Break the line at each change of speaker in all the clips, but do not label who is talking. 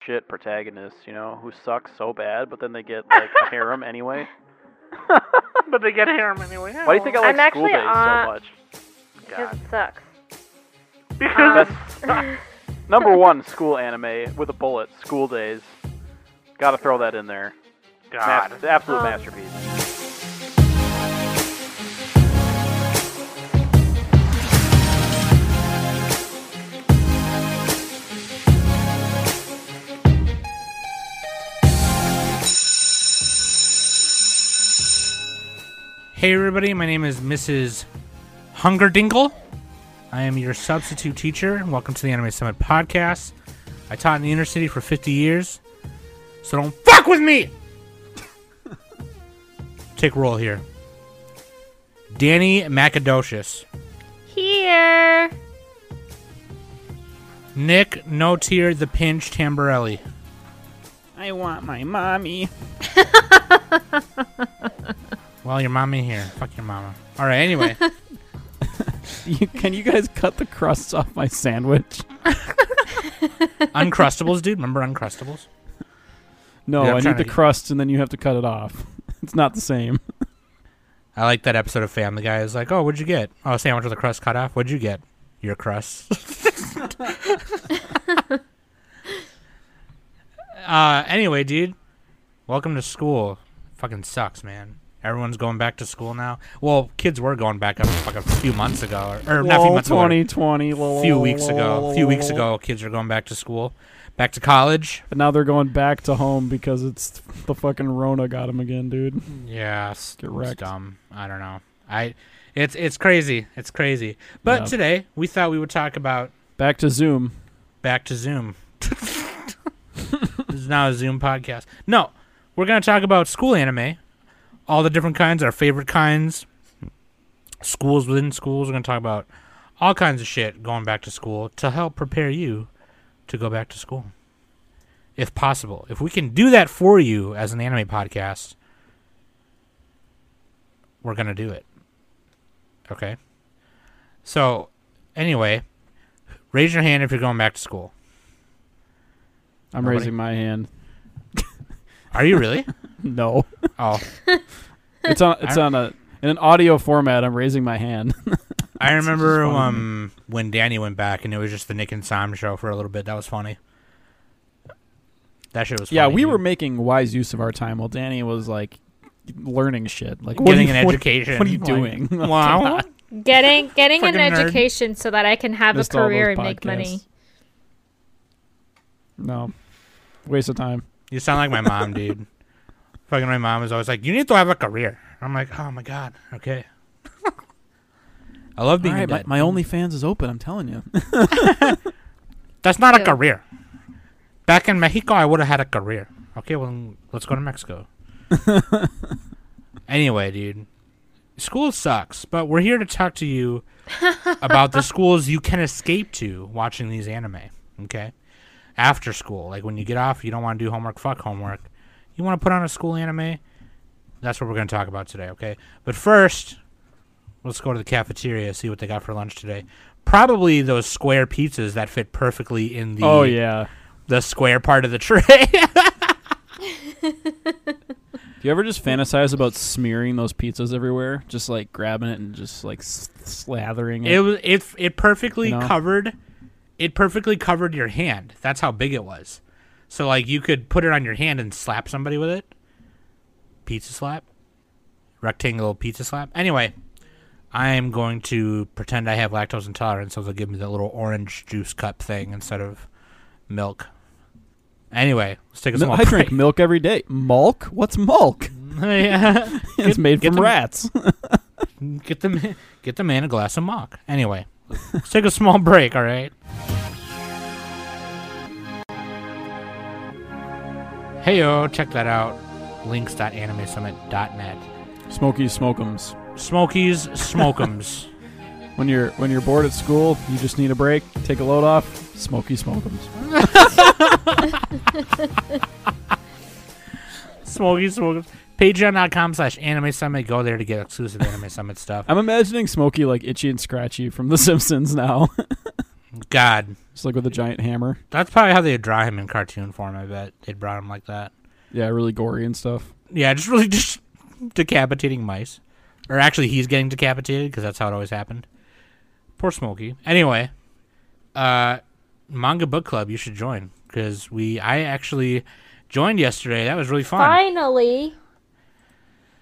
shit protagonists, you know, who suck so bad, but then they get like a harem anyway.
but they get harem anyway. Oh,
Why do you think I
I'm
like school
actually
days
on-
so much?
Because
God.
it sucks.
Because
Um,
it's
Number one school anime with a bullet, school days. Gotta throw that in there.
God.
Mas- absolute
Um,
masterpiece.
Hey, everybody. My name is Mrs. Hunger Dingle. I am your substitute teacher. and Welcome to the Anime Summit podcast. I taught in the inner city for 50 years, so don't fuck with me. Take roll here. Danny Macadocious.
Here.
Nick No Tear the Pinch Tamborelli.
I want my mommy.
Well, your mom ain't here. Fuck your mama. All right. Anyway,
You, can you guys cut the crusts off my sandwich?
Uncrustables, dude. Remember Uncrustables?
No,
Yeah, I'm
I
trying
need the
to-
crust, and then you have to cut it off. It's not the same.
I like that episode of Family Guy. Is like, oh, what'd you get? Oh, sandwich with a crust cut off. What'd you get? Your crust. uh, anyway, dude, welcome to school. Fucking sucks, man. Everyone's going back to school now. Well, kids were going back up like a few months ago, or, or not a few
Lol,
months ago.
2020,
A
lol,
few weeks
lol,
ago. A few weeks
lol.
ago, kids are going back to school, back to college.
But now they're going back to home because it's the fucking Rona got them again, dude.
Yeah, it's,
Get
it's
wrecked.
dumb. I don't know. I it's it's crazy. It's crazy. But
Yeah.
today we thought we would talk about
Back to Zoom.
back to Zoom. this is now a Zoom podcast. No, we're gonna talk about school anime, all the different kinds, our favorite kinds, schools within schools. We're gonna talk about all kinds of shit going back to school to help prepare you to go back to school, if possible. If we can do that for you as an anime podcast, we're gonna do it. Okay. So, anyway, raise your hand if you're going back to school.
I'm
Nobody-
raising my hand.
Are you really?
No,
oh,
it's on. It's on a in an audio format. I'm raising my hand.
I
It's
remember
just funny.
um when Danny went back and it was just the Nick and Sam show for a little bit. That was funny. That shit was.
yeah,
funny,
we
dude.
were making wise use of our time while Danny was like learning shit, like what are
getting
you-
an
what-
education.
What are you
like,
doing?
wow.
Getting getting an
Fucking nerd.
education so that I can have a
Missed all
career
those
and make money.
podcasts. No, waste of time.
You sound like my mom, dude. Fucking my mom is always like, "You need to have a career." I'm like, "Oh my god, okay." I love being
All
a
right, my,
dad.
my OnlyFans is open. I'm telling you.
That's not a
Ew.
career. Back in Mexico, I would have had a career. Okay, well, let's go to Mexico. anyway, dude, school sucks, but we're here to talk to you about the schools you can escape to watching these anime. Okay, after school, like when you get off, you don't want to do homework. Fuck homework. You want to put on a school anime. That's what we're going to talk about today. Okay, but first, let's go to the cafeteria see what they got for lunch today. Probably those square pizzas that fit perfectly in the
oh yeah.
the square part of the tray.
Do you ever just fantasize about smearing those pizzas everywhere? Just like grabbing it and just like s- slathering it.
it was it it perfectly
You know?
covered it perfectly covered your hand. That's how big it was. So like you could put it on your hand and slap somebody with it. Pizza slap. Rectangle pizza slap. Anyway, I am going to pretend I have lactose intolerance, so they'll give me that little orange juice cup thing instead of milk. Anyway, let's take a
Mil-
small
I drink
break.
milk every day. Mulk? What's mulk?
yeah.
it's made
get
from
the-
rats.
Get the ma- get the man a glass of mock. Anyway, let's take a small break. All right. Heyo, check that out. Links.animesummit.net.
Smoky smokums.
Smokies, Smokums.
When you're when you're bored at school, you just need a break. Take a load off. Smoky smokums.
Smokies, Smokums. Patreon.com slash anime summit. Go there to get exclusive anime summit stuff.
I'm imagining Smoky like Itchy and Scratchy from The Simpsons now.
God,
Just like with a giant hammer.
That's probably how they draw him in cartoon form. I bet they brought him like that.
Yeah, really gory and stuff.
Yeah, just really just decapitating mice, or actually, he's getting decapitated because that's how it always happened. Poor Smokey. Anyway, uh, manga book club, you should join because we I actually joined yesterday. That was really fun.
Finally.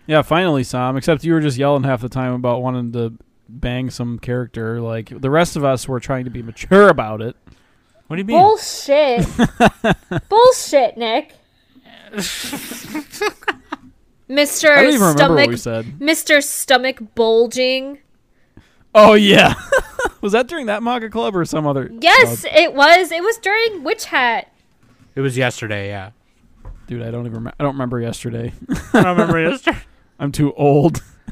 Yeah, finally, Sam. Except you were just yelling half the time about wanting to bang some character. Like the rest of us were trying to be mature about it.
What do you mean?
Bullshit. Bullshit, Nick.
I
Mr.
don't even remember what
stomach
we said.
Mr. Stomach bulging.
Oh yeah, was that during that manga club or some other?
Yes,
club?
it was. It was during Witch Hat.
It was yesterday. Yeah,
Oh, dude. I don't even. Rem- I don't remember yesterday.
I don't remember yesterday.
I'm too old.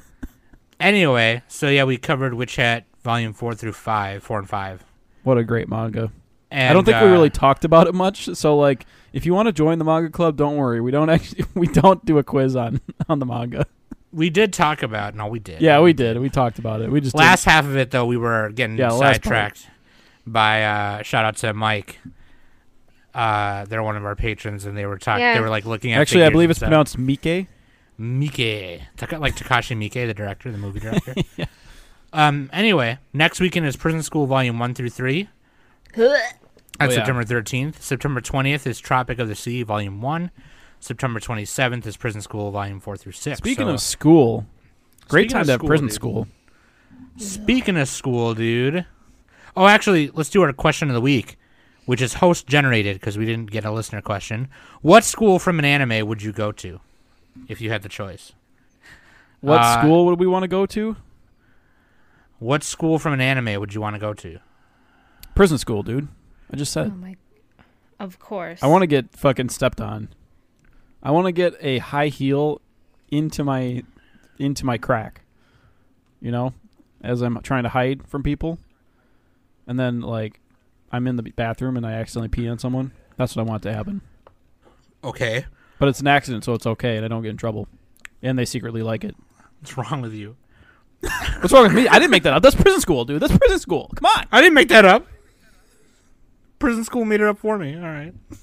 Anyway, so yeah, we covered Witch Hat volume four through five, four and five.
What a great manga.
And,
I don't think we
uh,
really talked about it much. So like, if you want to join the manga club, don't worry. We don't actually we don't do a quiz on on the manga.
we did talk about. No, we did.
Yeah, we did. We talked about it. We just
last half of it though we were getting
Yeah, the last part.
sidetracked by uh shout out to mike uh they're one of our patrons and they were talking
Yeah.
they were like looking at
didn't. actually I
figures
believe
and
it's
stuff.
pronounced Mike.
mike Taka- like takashi mike the director the movie director um anyway next weekend is prison school volume one through three that's
Oh, yeah.
september 13th september 20th is tropic of the sea volume one september 27th is prison school volume four through six
Speaking
So-
of school, great
Speaking
time
of
to have
school,
prison
dude.
school.
Speaking of school, dude. Oh, actually, let's do our question of the week, which is host generated because we didn't get a listener question. What school from an anime would you go to if you had the choice?
What
Uh,
school would we want to go to?
What school from an anime would you want to go to?
Prison school, dude. I just said.
Oh
it.
my. Of course.
I want to get fucking stepped on. I want to get a high heel into my into my crack. You know, as I'm trying to hide from people. And then like I'm in the bathroom and I accidentally pee on someone. That's what I want to happen.
Okay.
But it's an accident, so it's okay and I don't get in trouble. And they secretly like it.
What's wrong with you?
What's wrong with me? I didn't make that up. That's prison school, dude. That's prison school. Come on.
I didn't make that up. Prison school made it up for me. All right.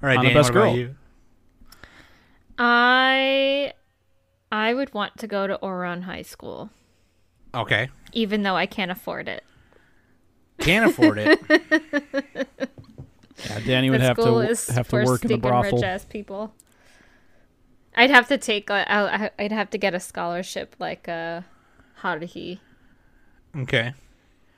All right,
I'm the
Danny,
best
what about
girl.
you?
I. I would want to go to Oron High School,
Okay.
even though I can't afford it.
Can't afford it.
Yeah, Uh, Danny would
That
have to
school
w-
is
have
for
to work in the
stinking
brothel.
Rich ass people. I'd have to take. A, I'll- I'd have to get a scholarship like uh, Haruhi.
Okay.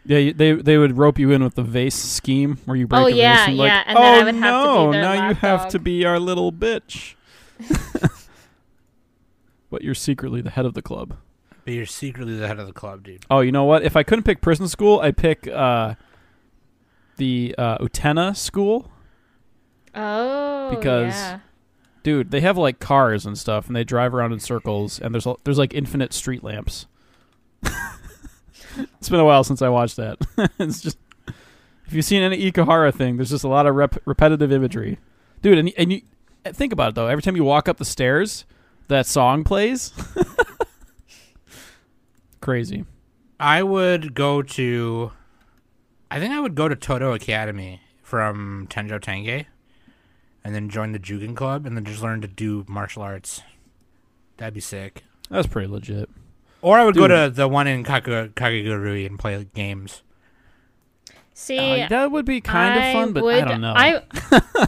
Yeah, you- they they would rope you in with the vase scheme where you break
Oh,
a
yeah,
vase and like,
yeah, and
oh
then I would have to be
no,
their
now you have
lapdog."
to be our little bitch. but you're secretly the head of the club.
But you're secretly the head of the club, dude.
Oh, you know what? If I couldn't pick prison school, I pick uh, the uh, Utena school.
Oh,
Because-
yeah.
Dude, they have like cars and stuff, and they drive around in circles, and there's there's like infinite street lamps. it's been a while since I watched that. it's just if you've seen any Ikahara thing, there's just a lot of rep- repetitive imagery, dude. And and you think about it though, every time you walk up the stairs, that song plays. Crazy.
I would go to. I think I would go to Toto Academy from Tenjo Tenge, and then join the Jugen Club, and then just learn to do martial arts. That'd be sick.
That's pretty legit.
Or I would go to
Dude.
the one in Kaku- Kakigurui and play games.
See,
Uh, that would be kind of
I
fun, but I
would-
don't know.
I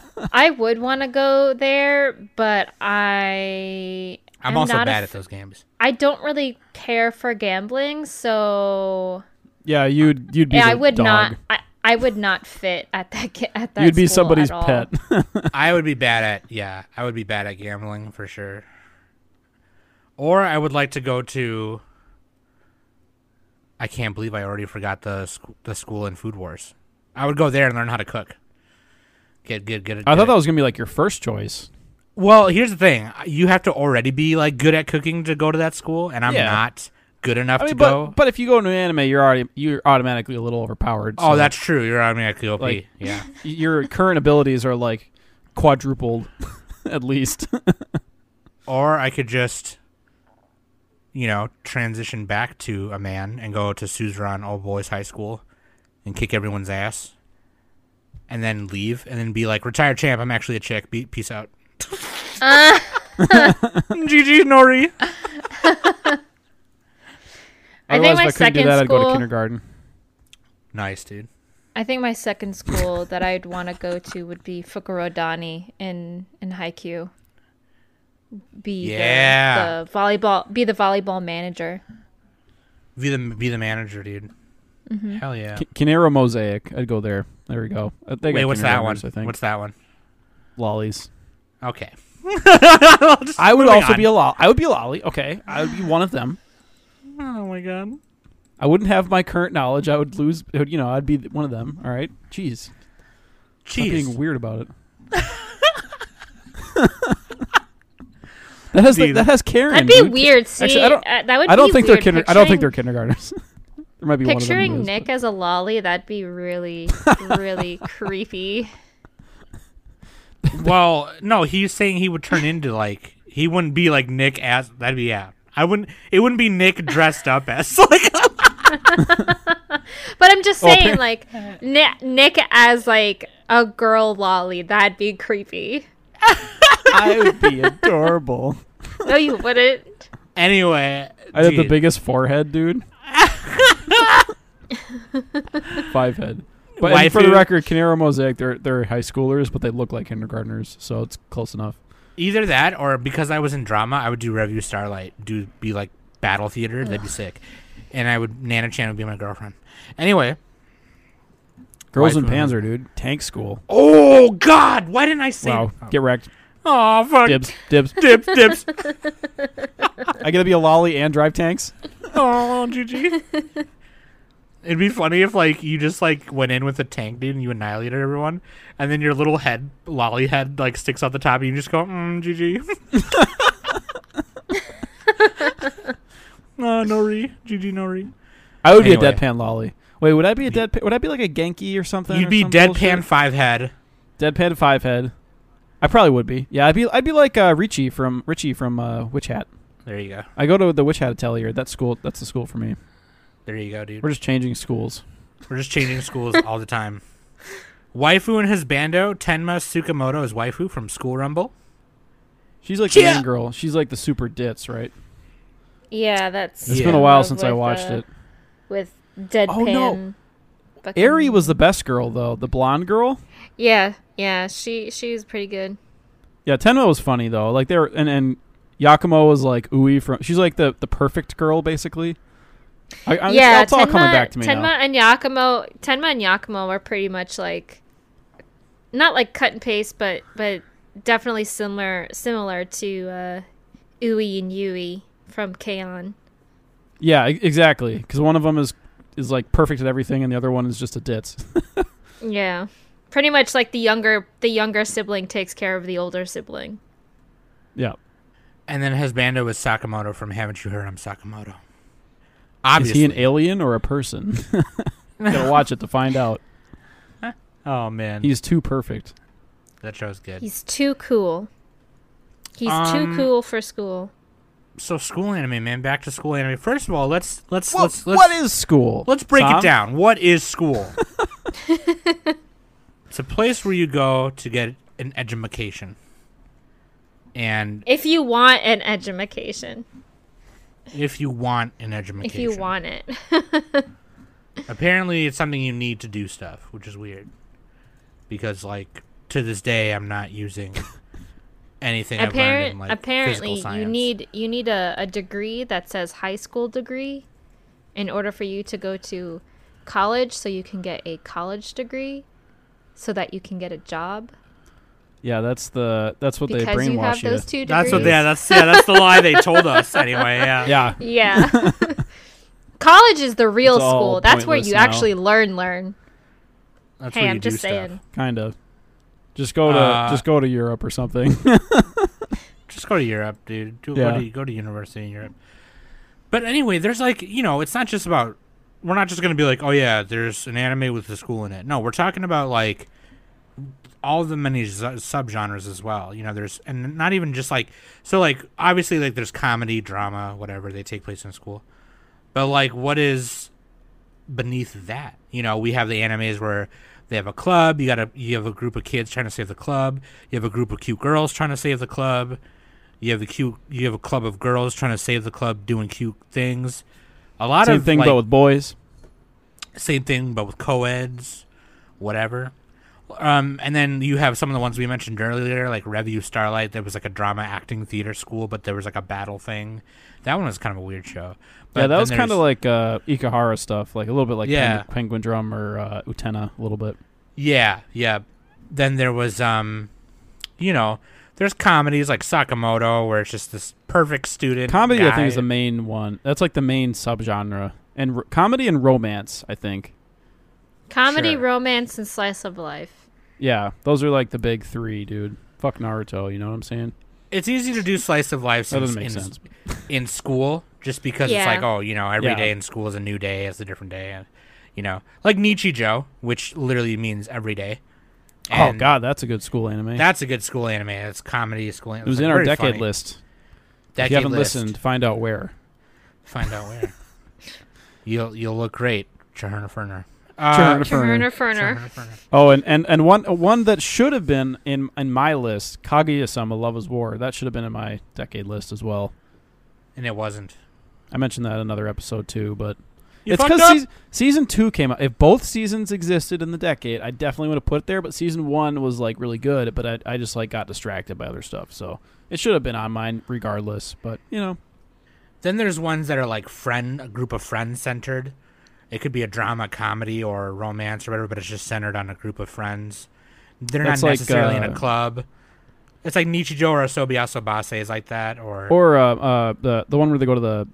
I would want to go there, but I
I'm,
am
also
not a
bad
f-
at those games.
I don't really care for gambling, so
yeah, you'd you'd be.
yeah,
the
I would
dog.
not. I, I would not fit at that ga- at that.
You'd be
school
somebody's
at all.
pet.
I would be bad at yeah. I would be bad at gambling for sure. Or I would like to go to. I can't believe I already forgot the sc- the school in Food Wars. I would go there and learn how to cook. Get get get.
I thought that was gonna be like your first choice.
Well, here's the thing: you have to already be like good at cooking to go to that school, and I'm
Yeah.
not good enough
I mean,
to
but,
go.
but if you go into anime, you're already you're automatically a little overpowered.
oh,
so
that's true. You're automatically OP.
Like-
yeah.
y- your current abilities are like quadrupled, at least.
Or I could just, you know, transition back to a man and go to Suzerain Old Boys High School and kick everyone's ass, and then leave, and then be like, "Retired champ, I'm actually a chick. Be- peace out." GG Nori.
I think
Otherwise,
my
if I couldn't do
second
that, I'd go to
school-
kindergarten.
Nice, dude.
I think my second school that I'd want to go to would be Fukurodani in in Haikyuu. Be the-
Yeah.
the, volleyball. Be the volleyball manager.
Be the be the manager, dude. Hell yeah.
Ki- Kinero Mosaic. I'd go there. There we go. I think
Wait, what's that one?
I think
What's that one?
lollies.
Okay.
I would
moving
also
on.
be a lolly. I would be a lolly. Okay, I would be one of them.
Oh my god.
I wouldn't have my current knowledge. I would lose. I would- You know, I'd be one of them. All right. Jeez. Stop being
Jeez.
weird about it. that has
Dude.
that has Karen.
That'd be
dude.
weird. See,
Actually, I don't.
Uh, that would.
I don't
be
think
weird.
they're kinder. I don't
Picturing-
think they're kindergartners. there might be one of them.
Picturing
who is,
Nick as a lolly, that'd be really, really creepy.
well, no, he's saying he would turn into like he wouldn't be like Nick as that'd be yeah. I wouldn't. It wouldn't be Nick dressed up as like.
But I'm just
Oh,
saying,
apparent-
like Nick, Nick as like a girl lolly, that'd be creepy.
but I would be adorable.
No, you wouldn't.
Anyway,
I had the
dude,
biggest forehead, dude. Five head. But and for the
Waifu.
record, Canero Mosaic, they're they're high schoolers, but they look like kindergartners, so it's close enough.
Either that or because I was in drama, I would do Review Starlight. Do be like battle theater. That'd be sick. And I would Nana Chan would be my girlfriend. Anyway.
Girls in
Waifu.
Panzer, dude. Tank school.
Oh God! Why didn't I say?
Wow. Get wrecked.
Oh fuck!
Dibs. Dibs.
Dips. Dips.
I gotta be a lolly and drive tanks.
Oh, GG. It'd be funny if like you just like went in with a tank dude and you annihilated everyone, and then your little head lolly head like sticks out the top and you just go mm, GG. uh, no re, GG no re.
I would be a
Anyway.
deadpan lolly. Wait, would I be a deadpan? Would I be like a Genki or something?
You'd
or
be
some
deadpan
bullshit?
five head.
Deadpan five head. I probably would be. Yeah, I'd be. I'd be like uh, Richie from Richie from uh, Witch Hat.
There you go.
I go to the Witch Hat Atelier. That's school. That's the school for me.
There you go, dude.
We're just changing schools.
We're just changing schools all the time. Waifu and his bando Tenma Tsukamoto is waifu from School Rumble.
She's like the
Yeah.
main girl. She's like the super ditz, right?
Yeah, that's.
It's
Yeah.
been a
In
while
love
since I
with,
watched
uh,
it.
with deadpan.
Oh, no.
fucking-
Ari was the best girl though, the blonde girl.
Yeah, yeah, she she was pretty good.
Yeah, Tenma was funny though. Like they were, and and Yakumo was like Ui from. She's like the the perfect girl basically. I, I,
yeah,
it's all coming back to me
Tenma
now.
and Yakumo, Tenma and Yakumo were pretty much like, not like cut and paste, but but definitely similar similar to uh, Ui and Yui from K-On!
Yeah, e- exactly. Because one of them is is like perfect at everything, and the other one is just a ditz.
Yeah, pretty much like the younger the younger sibling takes care of the older sibling.
yeah,
And then his bando is Sakamoto from Haven't You Heard I'm Sakamoto.
is
Obviously.
he an alien or a person? Gotta watch it to find out.
Oh man,
He's too perfect.
that show's good.
He's too cool. He's too
Um,
cool for school.
So school anime, man. Back to school anime. First of all, let's let's let's let's
what is school?
let's break
Tom?
it down. What is school? it's a place where you go to get an education. And
If you want an edumacation,
if you want an education,
if you want it,
apparently it's something you need to do stuff, which is weird. Because like to this day, I'm not using anything I've learned in
Apparent,
like physical
apparently,
science.
you need you need a, a degree that says high school degree in order for you to go to college, so you can get a college degree, so that you can get a job.
Yeah, that's the that's what they
Because
brainwash
you have those two
That's
degrees.
what. Yeah, that's yeah. That's the lie they told us anyway. Yeah.
Yeah,
Yeah. college is the real
It's all
school. That's where
pointless
you
now.
actually learn. Learn.
That's
hey,
where
I'm
you
just
do stuff.
saying.
kind of. Just go to
Uh,
just go to Europe or something.
Just go to Europe, dude. Do,
Yeah.
go, to, go to university in Europe. But anyway, there's like, you know, it's not just about. We're not just going to be like, oh, yeah, there's an anime with the school in it. No, we're talking about like all the many z- subgenres as well. You know, there's. And not even just like. So, like, obviously, like, there's comedy, drama, whatever. They take place in school. But, like, what is beneath that. You know, we have the animes where they have a club. You got a you have a group of kids trying to save the club. You have a group of cute girls trying to save the club. You have the cute. You have a club of girls trying to save the club, doing cute things. A lot
Same
of
thing,
like,
but with boys.
same thing but with co-eds whatever um, and then you have some of the ones we mentioned earlier like revue starlight there was like a drama acting theater school but there was like a battle thing that one was kind of a weird show but
yeah, that
then
was kind of
there's-
like uh, Ikahara stuff, like a little bit like
Yeah.
Peng- Penguin Drum or uh, Utena, a little bit.
yeah yeah then there was um you know there's comedies like sakamoto where it's just this perfect student
Comedy, I think, is
guy.
the main one. That's like the main subgenre, and r- comedy and romance, I think.
Comedy,
Sure.
romance, and slice of life.
Yeah, those are like the big three, dude. Fuck Naruto, you know what I'm saying?
it's easy to do slice of life
That doesn't
in,
make
in-
sense.
in school just because it's
Yeah.
like oh you know every day
Yeah.
in school is a new day it's a different day and you know like Nichijou which literally means every day
Oh
And
god, that's a good school anime.
that's a good school anime it's comedy school anime
it was in our decade list.
decade
if you haven't
list.
listened, find out where.
find out where you'll you'll look great Chahurna Ferner
Chahurna
Turner
Chahurna
Ferner.
Uh, Ferner.
Oh, and, and, and one one that should have been in in my list, Kaguya-sama: Love Is War. That should have been in my decade list as well.
and it wasn't
I mentioned that in another episode too, but
You
it's
fucked
because
up.
season, season two came out. If both seasons existed in the decade, I definitely would have put it there. But season one was like really good, but I, I just like got distracted by other stuff, so it should have been on mine regardless. But you know,
Then there's ones that are like friend, a group of friends centered. It could be a drama, comedy, or romance, or whatever, but it's just centered on a group of friends. They're
That's
not
like,
necessarily in
uh,
a club. It's like Nichijou or Sobiaso Base is like that, or,
or uh, uh, the the one where they go to the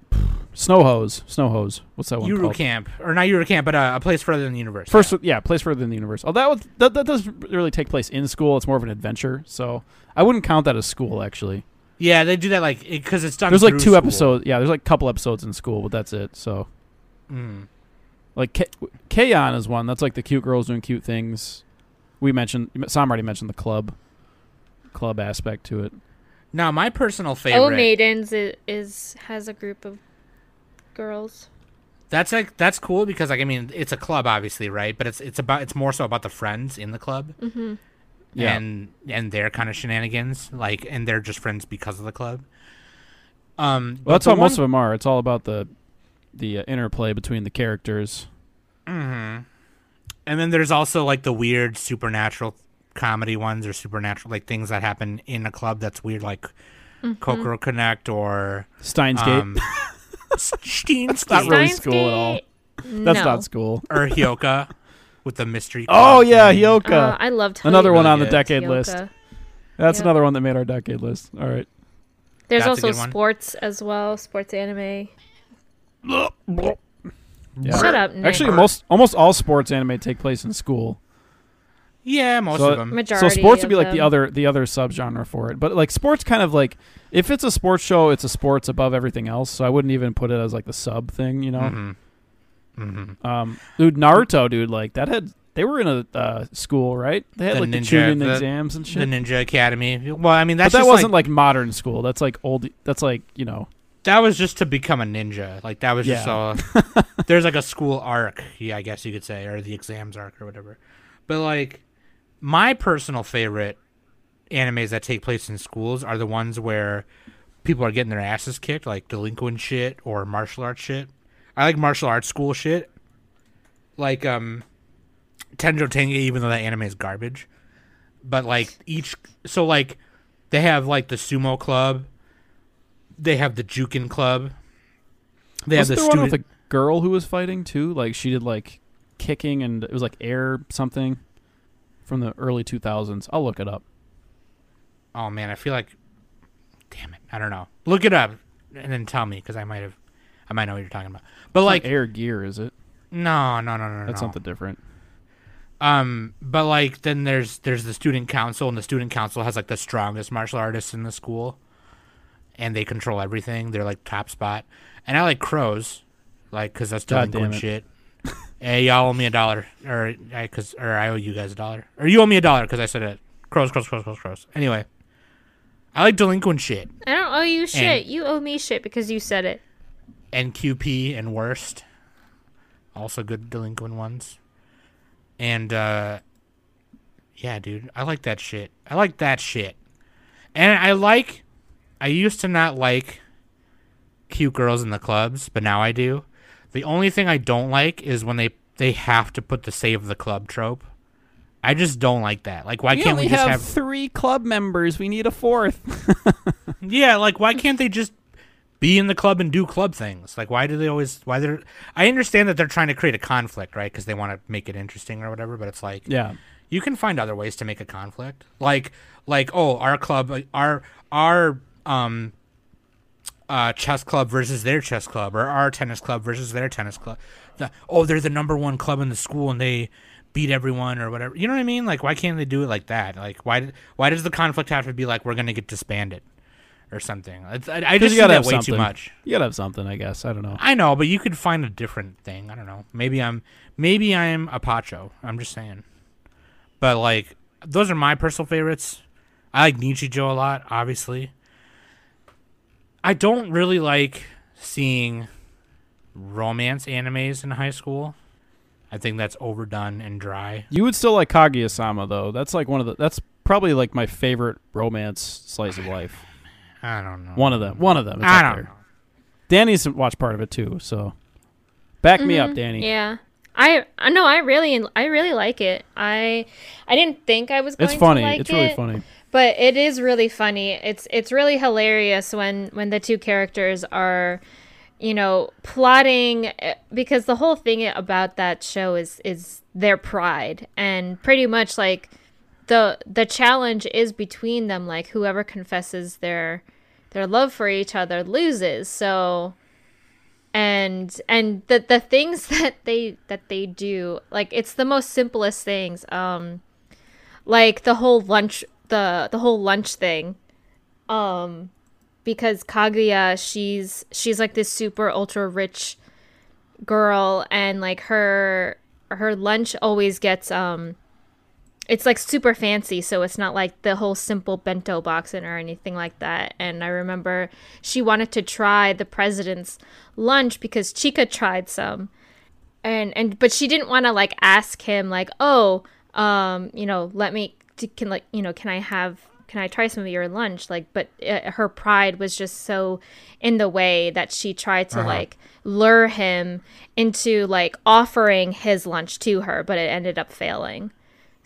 snow hose, snow hose. What's that one
Yuru
called?
Camp, or not Yuru Camp, but uh, a place further than the universe.
First, yeah, place further than the universe. Oh, that was, that that doesn't really take place in school. It's more of an adventure, so I wouldn't count that as school. Actually,
yeah, they do that like because it's done.
there's like
through
two
school.
episodes. Yeah, there's like a couple episodes in school, but that's it. So.
Mm.
Like K- Kaon is one. That's like the cute girls doing cute things. We mentioned Sam already mentioned the club, club aspect to it.
Now, my personal favorite.
Oh, Maidens is, is has a group of girls.
That's like that's cool because like I mean it's a club obviously right, but it's it's about it's more so about the friends in the club.
Yeah.
and and their kind of shenanigans like and they're just friends because of the club um
Well, that's
but
what
the
most of
one-
them are. It's all about the the uh, interplay between the characters.
and then there's also like the weird supernatural comedy ones or supernatural like things that happen in a club that's weird like Kokoro Connect or
Steins Gate.
um Steen's
not
Gate
really school at all. that's
no.
not school.
or Hyoka with the mystery
Oh
club
yeah,
thing.
Hyoka.
Uh, I loved
another
Hyoka.
one on the
Really good.
decade list.
Hyoka.
That's
Yeah.
another one that made our decade list. All right.
There's
That's a
also
good one.
sports as well, sports anime.
Yeah.
Shut up, Nick.
Actually, most almost all sports anime take place in school.
yeah most
So-
of them
majority.
so sports would be
of
like the
them.
other the other subgenre for it. But like sports kind of like if it's a sports show, it's a sports above everything else. So I wouldn't even put it as like the sub thing, you know.
Mhm. Mhm.
Um dude Naruto dude like that had they were in a uh, school, right? They had
The
like the
ninja-
Chunin
the-
exams and
the
shit.
Ninja Academy well I mean
but
that's
that
just,
wasn't like, modern school. That's like old that's like, you know.
that was just to become a ninja. Like that was just
Yeah.
a there's like a school arc, yeah, I guess you could say, or the exams arc or whatever. But like my personal favorite animes that take place in schools are the ones where people are getting their asses kicked, like delinquent shit or martial arts shit. I like martial arts school shit. Like um Tenjo Tenge, even though that anime is garbage. But like each so like they have like the sumo club, they have the Jukin club. They
was
have
there
the
one
student
with a girl who was fighting too? Like she did like kicking and it was like air something from the early 2000s. I'll look it up.
Oh man, I feel like, damn it, I don't know. Look it up and then tell me because I might have, I might know what you're talking about. But
Like
like,
air gear, is it?
no, no, no, no,
That's
no.
something different.
Um, but like, then there's there's the student council, and the student council has like the strongest martial artists in the school, and they control everything. They're like top spot, and I like crows, like because that's
God damn
delinquent
it.
shit. hey, y'all owe me a dollar, or I cause or I owe you guys a dollar, or you owe me a dollar because I said it. Crows, crows, crows, crows, crows. Anyway, I like delinquent shit.
I don't owe you shit. you owe me shit because you said it.
NQP and worst. also good delinquent ones. And uh yeah, dude, I like that shit. I like that shit. And I like I used to not like cute girls in the clubs, but now I do. The only thing I don't like is when they they have to put the save the club trope. I just don't like that. Like why can't we just have
three club members. We need a fourth.
yeah, like why can't they just be in the club and do club things? Like why do they always why they're I understand that they're trying to create a conflict, right? Cuz they want to make it interesting or whatever, but it's like
yeah.
you can find other ways to make a conflict. Like like oh, our club uh, our our um uh, chess club versus their chess club or our tennis club versus their tennis club. The, oh, they're the number one club in the school and they beat everyone or whatever. You know what I mean? Like why can't they do it like that? Like why why does the conflict have to be like we're going to get disbanded or something? It's, I, I just
you
see that
gotta have
way
something.
too much.
You gotta have something, I guess. I don't know.
I know, but you could find a different thing. I don't know. Maybe I'm maybe I'm a pacho. I'm just saying. But like those are my personal favorites. I like Nichijou a lot, obviously. I don't really like seeing romance animes in high school. I think that's overdone and dry.
You would still like Kaguya-sama though. That's like one of the. That's probably like my favorite romance slice of life.
I don't know.
One of them. One of them. It's
I
up
don't
there.
know.
Danny's watched part of it too, so back me
Mm-hmm.
up, Danny.
Yeah. I I know I really I really like it. I I didn't think I was going
It's funny.
to like
it's really
it,
funny.
But it is really funny. It's it's really hilarious when when the two characters are you know plotting eh, because the whole thing about that show is is their pride and pretty much like the the challenge is between them like whoever confesses their their love for each other loses. So and and the the things that they that they do like it's the most simplest things um like the whole lunch the the whole lunch thing um because kaguya she's she's like this super ultra rich girl and like her her lunch always gets um it's like super fancy so it's not like the whole simple bento box in or anything like that and i remember she wanted to try the president's lunch because chica tried some and and but she didn't want to like ask him like oh um you know let me t- can like you know can i have can i try some of your lunch like but uh, her pride was just so in the way that she tried to like lure him into like offering his lunch to her but it ended up failing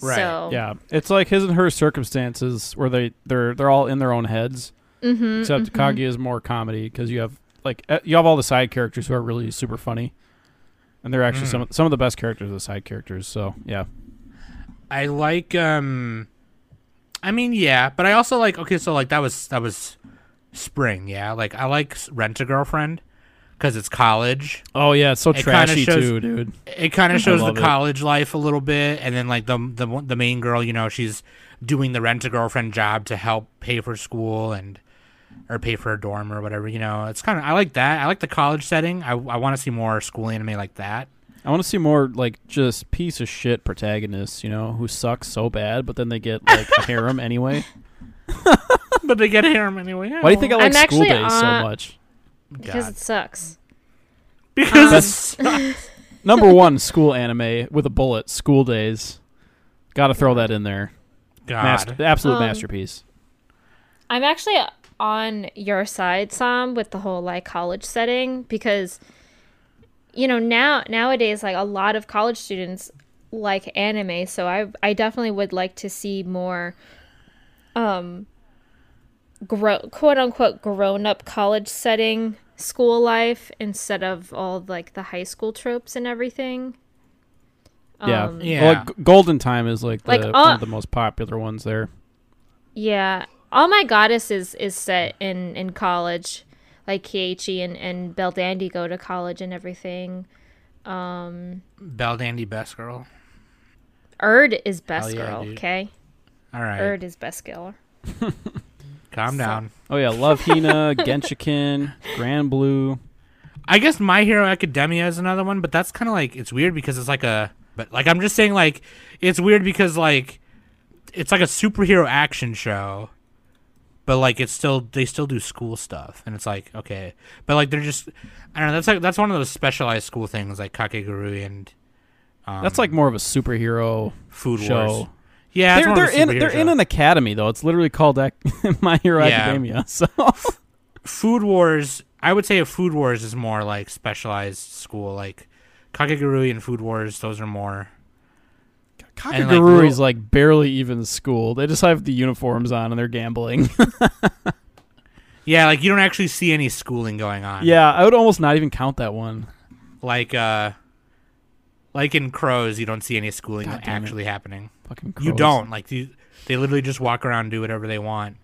Right.
so
Yeah, it's like his and her circumstances where they they're they're all in their own heads. Mm-hmm, except Kaguya is more comedy because you have like uh, you have all the side characters who are really super funny, and they're actually some of, some of the best characters are the side characters. So yeah,
I like um I mean yeah, but I also like okay, so like that was that was spring, yeah. Like I like Rent a Girlfriend cuz it's college.
oh yeah, it's so
kinda
trashy
shows-
too, dude.
It kind of shows the
love it.
college life a little bit and then like the the one- the main girl, you know, she's doing the Rent a Girlfriend job to help pay for school and or pay for a dorm or whatever, you know. It's kind of I like that. I like the college setting. I I want to see more school anime like that.
I want to see more like just piece of shit protagonists, you know, who suck so bad, but then they get like a harem anyway.
But they get a harem anyway.
Why do you think I
I'm
like school
actually,
days so
uh,
much?
because
God.
it sucks
Because
That's number one school anime with a bullet. School days, got to throw that in there.
God.
Master, absolute
Um,
masterpiece.
I'm actually on your side, Sam, with the whole like college setting because you know now nowadays like a lot of college students like anime, so I I definitely would like to see more um grow quote unquote grown up college setting school life instead of all like the high school tropes and everything.
yeah,
um,
Yeah.
Well, like, G- Golden Time is like, the,
Like,
one
uh,
of the most popular ones there.
Yeah. All My Goddess is, is set in, in college. Like Keiichi and, and Bel Dandy go to college and everything.
Belle Dandy best girl.
Erd is best
Hell yeah,
girl,
dude.
okay?
All right.
Erd is best girl.
Calm down.
Oh yeah, Love Hina, Genshiken, Grand Blue.
I guess My Hero Academia is another one, but that's kind of like it's weird because it's like a but like I'm just saying like it's weird because like it's like a superhero action show, but like it's still they still do school stuff, and it's like okay, but like they're just I don't know. That's like that's one of those specialized school things like Kakegurui and um,
That's like more of a superhero
Food Wars.
show.
Yeah, it's
They're,
more of
they're
a
in
superhero
they're in
show.
an academy though. It's literally called Ac- My Hero
Yeah.
Academia. So
Food Wars. I would say a Food Wars is more like specialized school, like Kakegurui and Food Wars. Those are more. And, like,
Kakagurui is like barely even school. They just have the uniforms on and they're gambling.
Yeah, like you don't actually see any schooling going on.
yeah, I would almost not even count that one.
like uh, like in Crows, you don't see any schooling
God damn it.
actually happening.
Fucking
You
crows.
don't like you, they literally just walk around, do whatever they want,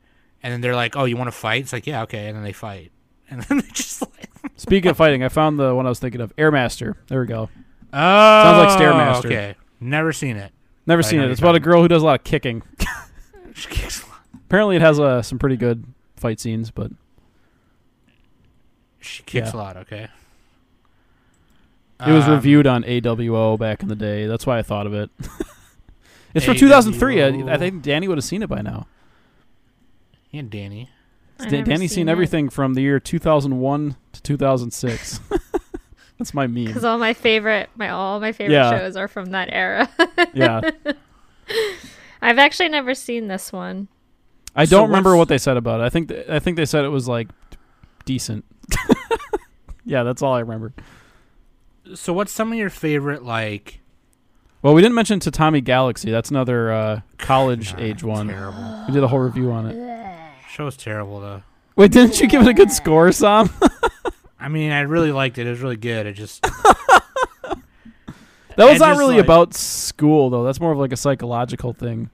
and then they're like, "Oh, you want to fight?" It's like, "Yeah, okay," and then they fight, and then they just like,
Speaking of fighting, I found the one I was thinking of. Airmaster. There we go.
"Oh, sounds
like Stairmaster.
Oh, Okay, never seen it.
Never
I
seen
know
it.
you're
It's about a
talking-
girl who does a lot of kicking.
She kicks,
Apparently, it has uh, some pretty good fight scenes, but
she kicks
Yeah.
a lot. Okay,
it was
Um,
reviewed on AWO back in the day. That's why I thought of it. it's from
AWO.
2003. I, I think Danny would have seen it by now.
Yeah, Danny.
I
Da-
never
Danny's seen
it.
everything from the year 2001 to 2006. That's my meme.
Because all my favorite, my all my favorite
Yeah.
shows are from that era.
yeah,
I've actually never seen this one.
I
So
don't remember
what's-
what they said about it. I think th- I think they said it was like decent. yeah, that's all I remember.
So, what's some of your favorite like?
Well, we didn't mention Tatami Galaxy. That's another uh, college age one.
Terrible.
We did a whole review on it.
Show's terrible though.
Wait, didn't you give it a good score, Sam?
I mean, I really liked it. It was really good. It just
That was
I
not
just,
really
like-
about school though. That's more of like a psychological thing.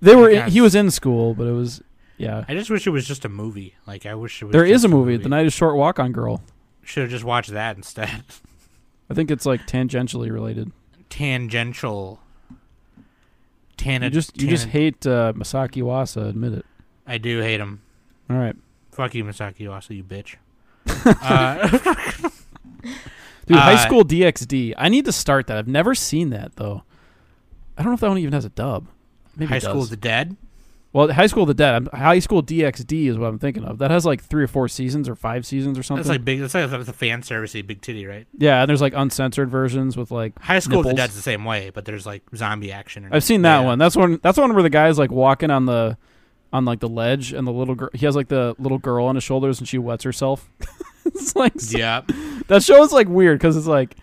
They were in, he
guess.
was in school, but it was yeah.
I just wish it was just a movie. Like I wish it was.
There is
just
a movie, The Night is Short Walk on Girl.
Should have just watched that instead.
I think it's like tangentially related.
Tangential. Tan.
You just you just hate uh, Masaki Wasa, admit it.
I do hate him.
All right.
Fuck you, Masaki Yuasa, you bitch. uh,
Dude, High
Uh,
School DxD. I need to start that. I've never seen that though. I don't know if that one even has a dub. Maybe
High
it
School
does.
of the Dead.
Well, High School of the Dead. I'm, High School DxD is what I'm thinking of. That has like three or four seasons or five seasons or something.
That's like big. That's like that's a fan servicey big titty, right?
yeah, and there's like uncensored versions with like.
High School of the
Nipples.
Dead's the same way, but there's like zombie action. and-
I've seen that
Yeah.
one. That's one. That's one where the guy's like walking on the, on like the ledge, and the little girl. He has like the little girl on his shoulders, and she wets herself. it's like so-
Yep.
that show is like weird because it's like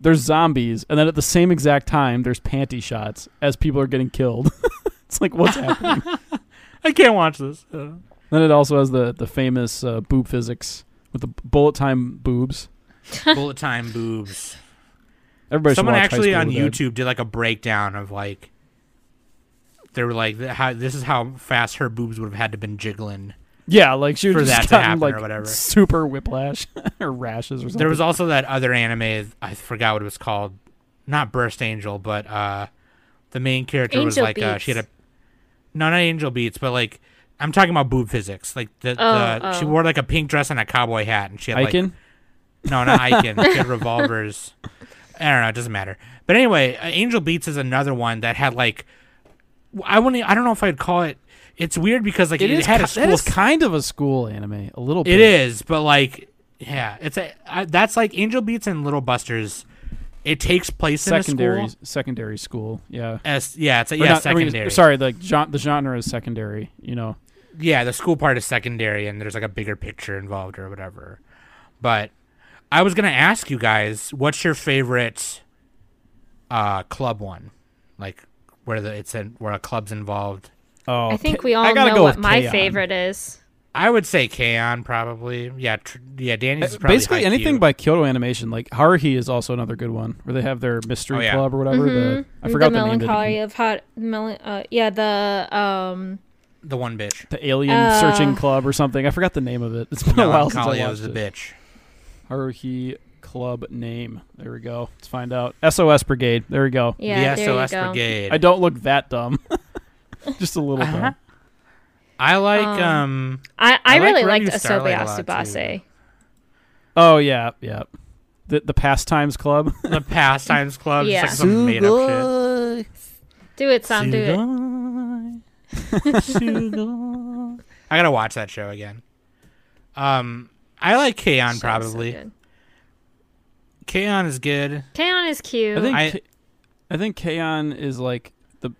there's zombies, and then at the same exact time there's panty shots as people are getting killed. it's like what's happening?
I can't watch this. Uh,
then it also has the the famous uh, boob physics with the bullet time boobs.
bullet time boobs.
Everybody should
Someone
watch High
actually
School
on
of the Dead.
YouTube did like a breakdown of like they were like th- how this is how fast her boobs would have had to been jiggling.
Yeah, like she would
for
just
that to
gotten,
happen or
like
whatever.
super whiplash or rashes or something.
There was also that other anime I forgot what it was called, not Burst Angel, but uh the main character was
Angel
like uh, she had a
Beats.
no not Angel Beats, but like I'm talking about boob physics. Like the,
Oh,
the she
oh.
wore like a pink dress and a cowboy hat, and she had like
Aiken.
No, not Icon. she had revolvers. I don't know. It doesn't matter. But anyway, uh, Angel Beats is another one that had like I wouldn't. I don't know if I'd call it. It's weird because like it, had
ki-
a school.
that is
s-
kind of a school anime, a little
it
bit.
is, but like yeah, it's a I, that's like Angel Beats and Little Busters. It takes place
secondary
in a school.
secondary school. Yeah.
As, yeah, it's a,
Or
yeah,
not- I mean,
secondary.
sorry, like gen- the genre is secondary. You know,
yeah, the school part is secondary, and there's like a bigger picture involved or whatever. But I was gonna ask you guys, what's your favorite uh, club one? Like where the it's in, where a club's involved.
oh,
I think
K-
we all
I gotta
know
go
what
with
my
K-On!
favorite is.
I would say K-On! probably. Yeah, tr- yeah. Danny's is
Uh,
probably
Basically,
Haikyuu.
anything by Kyoto Animation, like Haruhi, is also another good one where they have their mystery
Oh, yeah.
club or whatever. The,
Mm-hmm.
I forgot the, name. of
melancholy
it.
of hot. Mel- uh, yeah, the um.
the one bitch.
The alien
Uh,
searching club or something. I forgot the name of it. It's been a while since I
Melancholia
watched
was a
it.
bitch.
Haruhi club name. There we go. Let's find out. SOS Brigade. There we go.
Yeah,
the
there you
SOS
go.
Brigade.
I don't look that dumb. Just a little
Uh-huh.
dumb.
I like um,
Um, I, I,
I like
really
Revenue
liked Asobe
Starlight a lot, too.
Asubase.
Oh yeah, yeah. The the pastimes club.
um, the Pastimes Club.
Yeah.
Just like some made up shit.
Do it, Sam. Do it.
Sugoi. Sugoi. I gotta watch that show again. Um, I like Kaon
Shit's so
probably.
good.
Kaon is good.
Kaon is cute.
I think
I-
I, I think Kaon is like the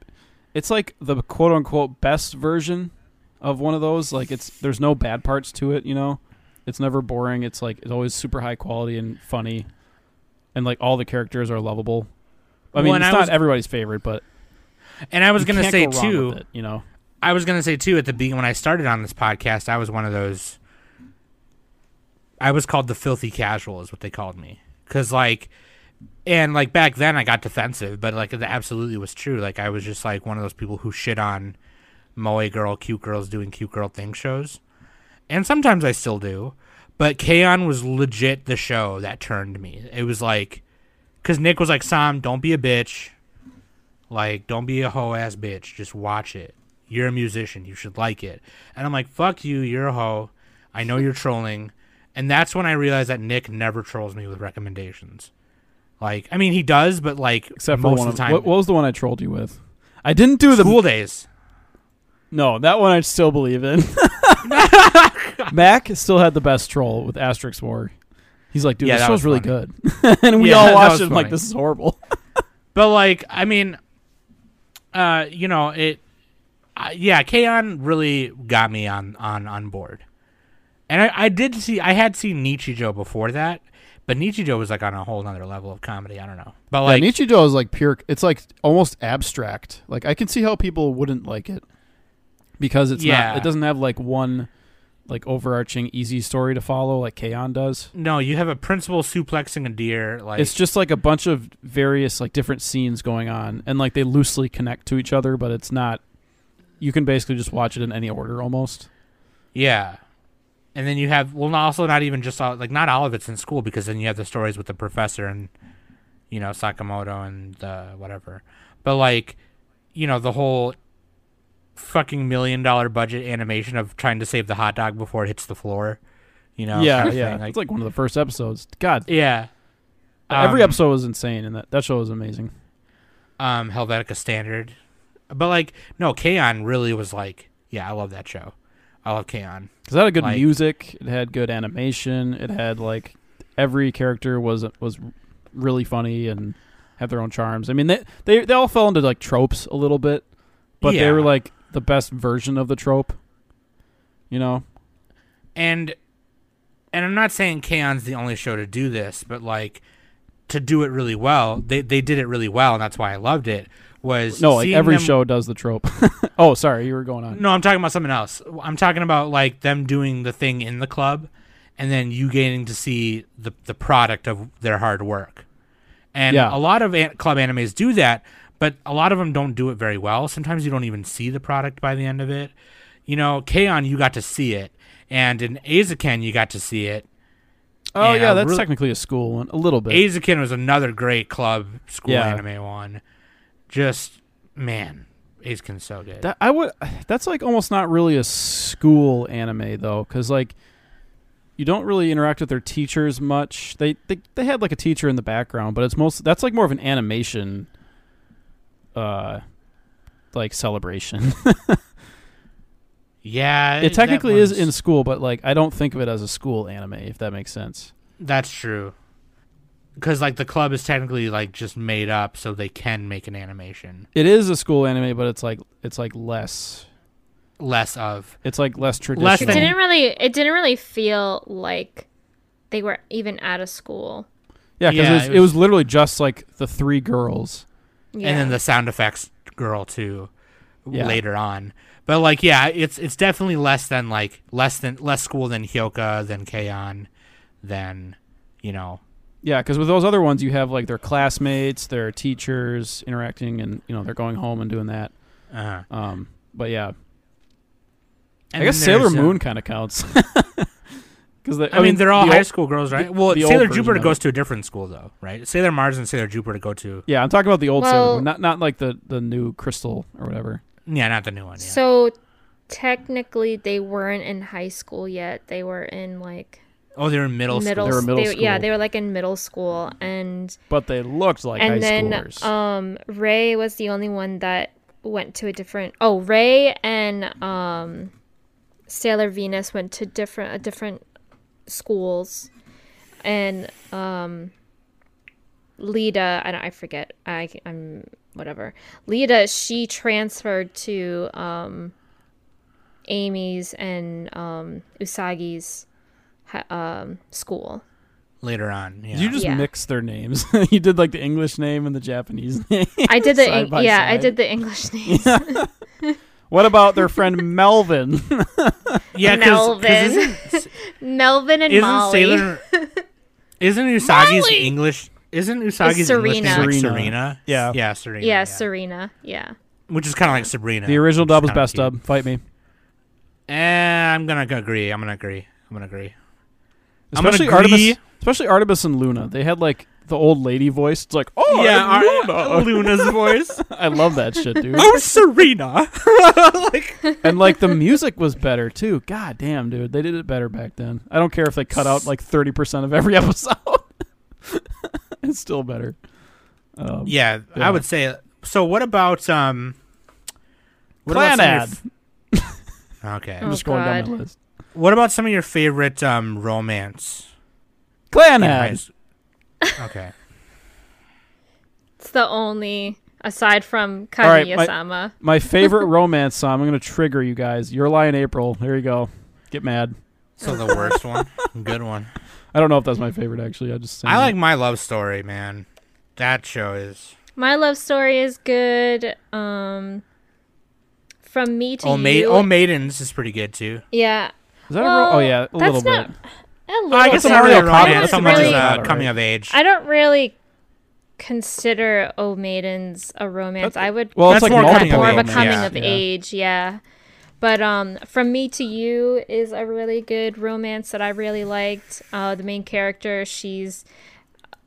it's like the quote unquote best version of one of those. Like it's there's no bad parts to it, you know. It's never boring. It's like it's always super high quality and funny, and like all the characters are lovable. I mean,
Well, and
it's
I
not
was-
everybody's favorite, but
And I was
you
gonna
can't
say
go wrong
too.
with it, you know.
I was gonna say too at the beginning when I started on this podcast, I was one of those. I was called the filthy casual, is what they called me, because like, and like back then I got defensive, but like it absolutely was true. Like I was just like one of those people who shit on moe girl, cute girls doing cute girl thing shows, and sometimes I still do. But Kaon was legit the show that turned me. It was like, because Nick was like, "Sam, don't be a bitch. Like, don't be a hoe ass bitch. Just watch it. You're a musician. You should like it. And I'm like, fuck you. You're a hoe. I know you're trolling. And that's when I realized that Nick never trolls me with recommendations. Like, I mean, he does, but like,
Except for
most
one
of the time.
What, what was the one I trolled you with? I didn't do the
school days.
no. That one I still believe in. Mac still had the best troll with Asterix War. He's like, dude,
Yeah,
this
that was
show's really
funny.
good, and we
Yeah,
all
that
watched
was
it and like,
funny.
this is horrible.
But like, I mean, uh, you know, it, uh, yeah, Kaon really got me on on on board, and I I did see I had seen Nichijou before that, but Nichijou was like on a whole nother level of comedy. I don't know, but like,
yeah, Nichijou is like pure. It's like almost abstract. Like I can see how people wouldn't like it.
because it's
Yeah.
not it doesn't have like one like overarching easy story to follow like Kaon does.
no, you have a principal suplexing a deer. Like,
It's just like a bunch of various like different scenes going on and like they loosely connect to each other, but it's not you can basically just watch it in any order almost.
yeah. And then you have well, no, also not even just all, like not all of it's in school because then you have the stories with the professor and you know Sakamoto and the whatever. But like, you know, the whole fucking million dollar budget animation of trying to save the hot dog before it hits the floor. You know,
yeah,
kind of
yeah.
thing. Like,
it's like one of the first episodes. God,
yeah.
every
Um,
episode was insane and that, that show was amazing.
um Helvetica Standard. But like no, Kaon really was like, yeah, I love that show. I love Kaon.
Cuz it had good
Like-
music, it had good animation, it had like every character was was really funny and had their own charms. I mean, they they, they all fell into like tropes a little bit, but they were
Yeah.
like the best version of the trope. You know,
and and I'm not saying Kaon's the only show to do this, but like to do it really well, they they did it really well, and that's why I loved it. Was
no, like
seeing
every
them-
show does the trope. oh, sorry, you were going on.
No, I'm talking about something else. I'm talking about like them doing the thing in the club, and then you getting to see the the product of their hard work. And
Yeah.
a lot of an- club animes do that, but a lot of them don't do it very well. Sometimes you don't even see the product by the end of it. You know, Kaon, you got to see it, and in Azaken, you got to see it.
Oh
And
yeah,
I
that's
really-
technically a school one, a little bit.
Azakin was another great club school
Yeah.
anime one. Just man, Azakin's so good.
That I would. That's like almost not really a school anime though, because like you don't really interact with their teachers much. They, they they had like a teacher in the background, but it's most that's like more of an animation, uh, like celebration.
yeah,
it
that
technically is
one's-
in school, but like I don't think of it as a school anime, if that makes sense.
That's true. Because like the club is technically like just made up, so they can make an animation
It is a school anime, but it's like it's like less.
less of.
It's like less traditional.
Less
it
than-
didn't really it didn't really feel like they were even out of school.
yeah, because
Yeah,
it, was,
it
it,
was-
was literally just like the three girls.
Yeah.
And then the sound effects girl too
Yeah.
later on. But like yeah, it's it's definitely less than like less than less school than Hyoka, than Kaon, than you know.
Yeah, because with those other ones, you have like their classmates, their teachers interacting, and you know they're going home and doing that.
Uh,
Um, but yeah,
and
I guess
then
Sailor
there's, uh,
Moon kind of counts. Because
I, mean, they're all
the
high
ol-
school girls, right?
the-
well,
the old
Sailor
version
Jupiter
of
goes to a different school though, right? Sailor Mars and Sailor Jupiter go to
Yeah, I'm talking about the old Sailor
Well-
Moon, not not like the the new Crystal or whatever.
yeah, not the new one. Yeah.
So technically they weren't in high school yet. They were in like
oh, they're in middle,
middle,
They
school.
were
s-
middle
Yeah,
school.
they were like in middle school and
But they looked like high
and then
schoolers.
um Ray was the only one that went to a different Oh, Ray and um Sailor Venus went to different uh, different schools, and um, Lita, I don't, I forget, I I'm whatever. Lita, she transferred to um, Amy's and um, Usagi's ha- um, school.
later on. Yeah.
You just
Yeah.
mix their names. you did like the English name and the Japanese name.
I did the
Side
Eng-
by
yeah, I
side.
did the English names.
What about their friend Melvin?
yeah, 'cause- 'cause
Melvin.
isn't-
Melvin and
isn't
Molly.
Sailor isn't Usagi's English isn't Usagi's English
Serena.
name like
Serena.
Serena?
Yeah.
Yeah, Serena.
yeah, Serena. Yeah.
Which is kind of like Sabrina.
the original
which is
dub was
kinda
best
cute.
dub. Fight me.
Eh, I'm gonna agree. I'm gonna agree. I'm gonna agree. I'm gonna
Especially
agree.
Artemis. Especially Artemis and Luna. They had like the old lady voice. It's like, oh
yeah,
yeah,
Ar-
Luna.
Luna's voice.
I love that shit, dude.
oh, Serena. like,
and like the music was better too. God damn, dude, they did it better back then. I don't care if they cut out like thirty percent of every episode. it's still better. Um,
yeah,
Yeah.
I would say. So, what about um? What
Clan
about
ad.
some of your f- okay.
I'm
Oh,
just going down
God.
my list.
What about some of your favorite um romance?
Clan
in high
ad.
s- Okay.
It's the only aside from
right,
Kaguya
my-
sama.
My favorite romance song. I'm gonna trigger you guys. Your lie in April. There you go. Get mad.
So the worst one, good one.
I don't know if that's my favorite actually. I just sang
I
it.
like my love story, man. That show is.
My love story is good. Um From Me to
Oh, ma-
You.
oh, maidens is pretty good too.
yeah.
Is that a ro-
Well,
oh yeah, a
that's
little
not-
bit.
A little
I guess
bit.
I'm really
Mario Kart
romance
is
so much
really-
as uh,
Alright.
coming of age.
I don't really consider Oh Maidens a romance.
That's-
I would
Well,
That's
it's
more
like
coming
multiple
more of a
age,
coming
yeah.
of age, yeah. But um, from me to you is a really good romance that I really liked. Uh, the main character, she's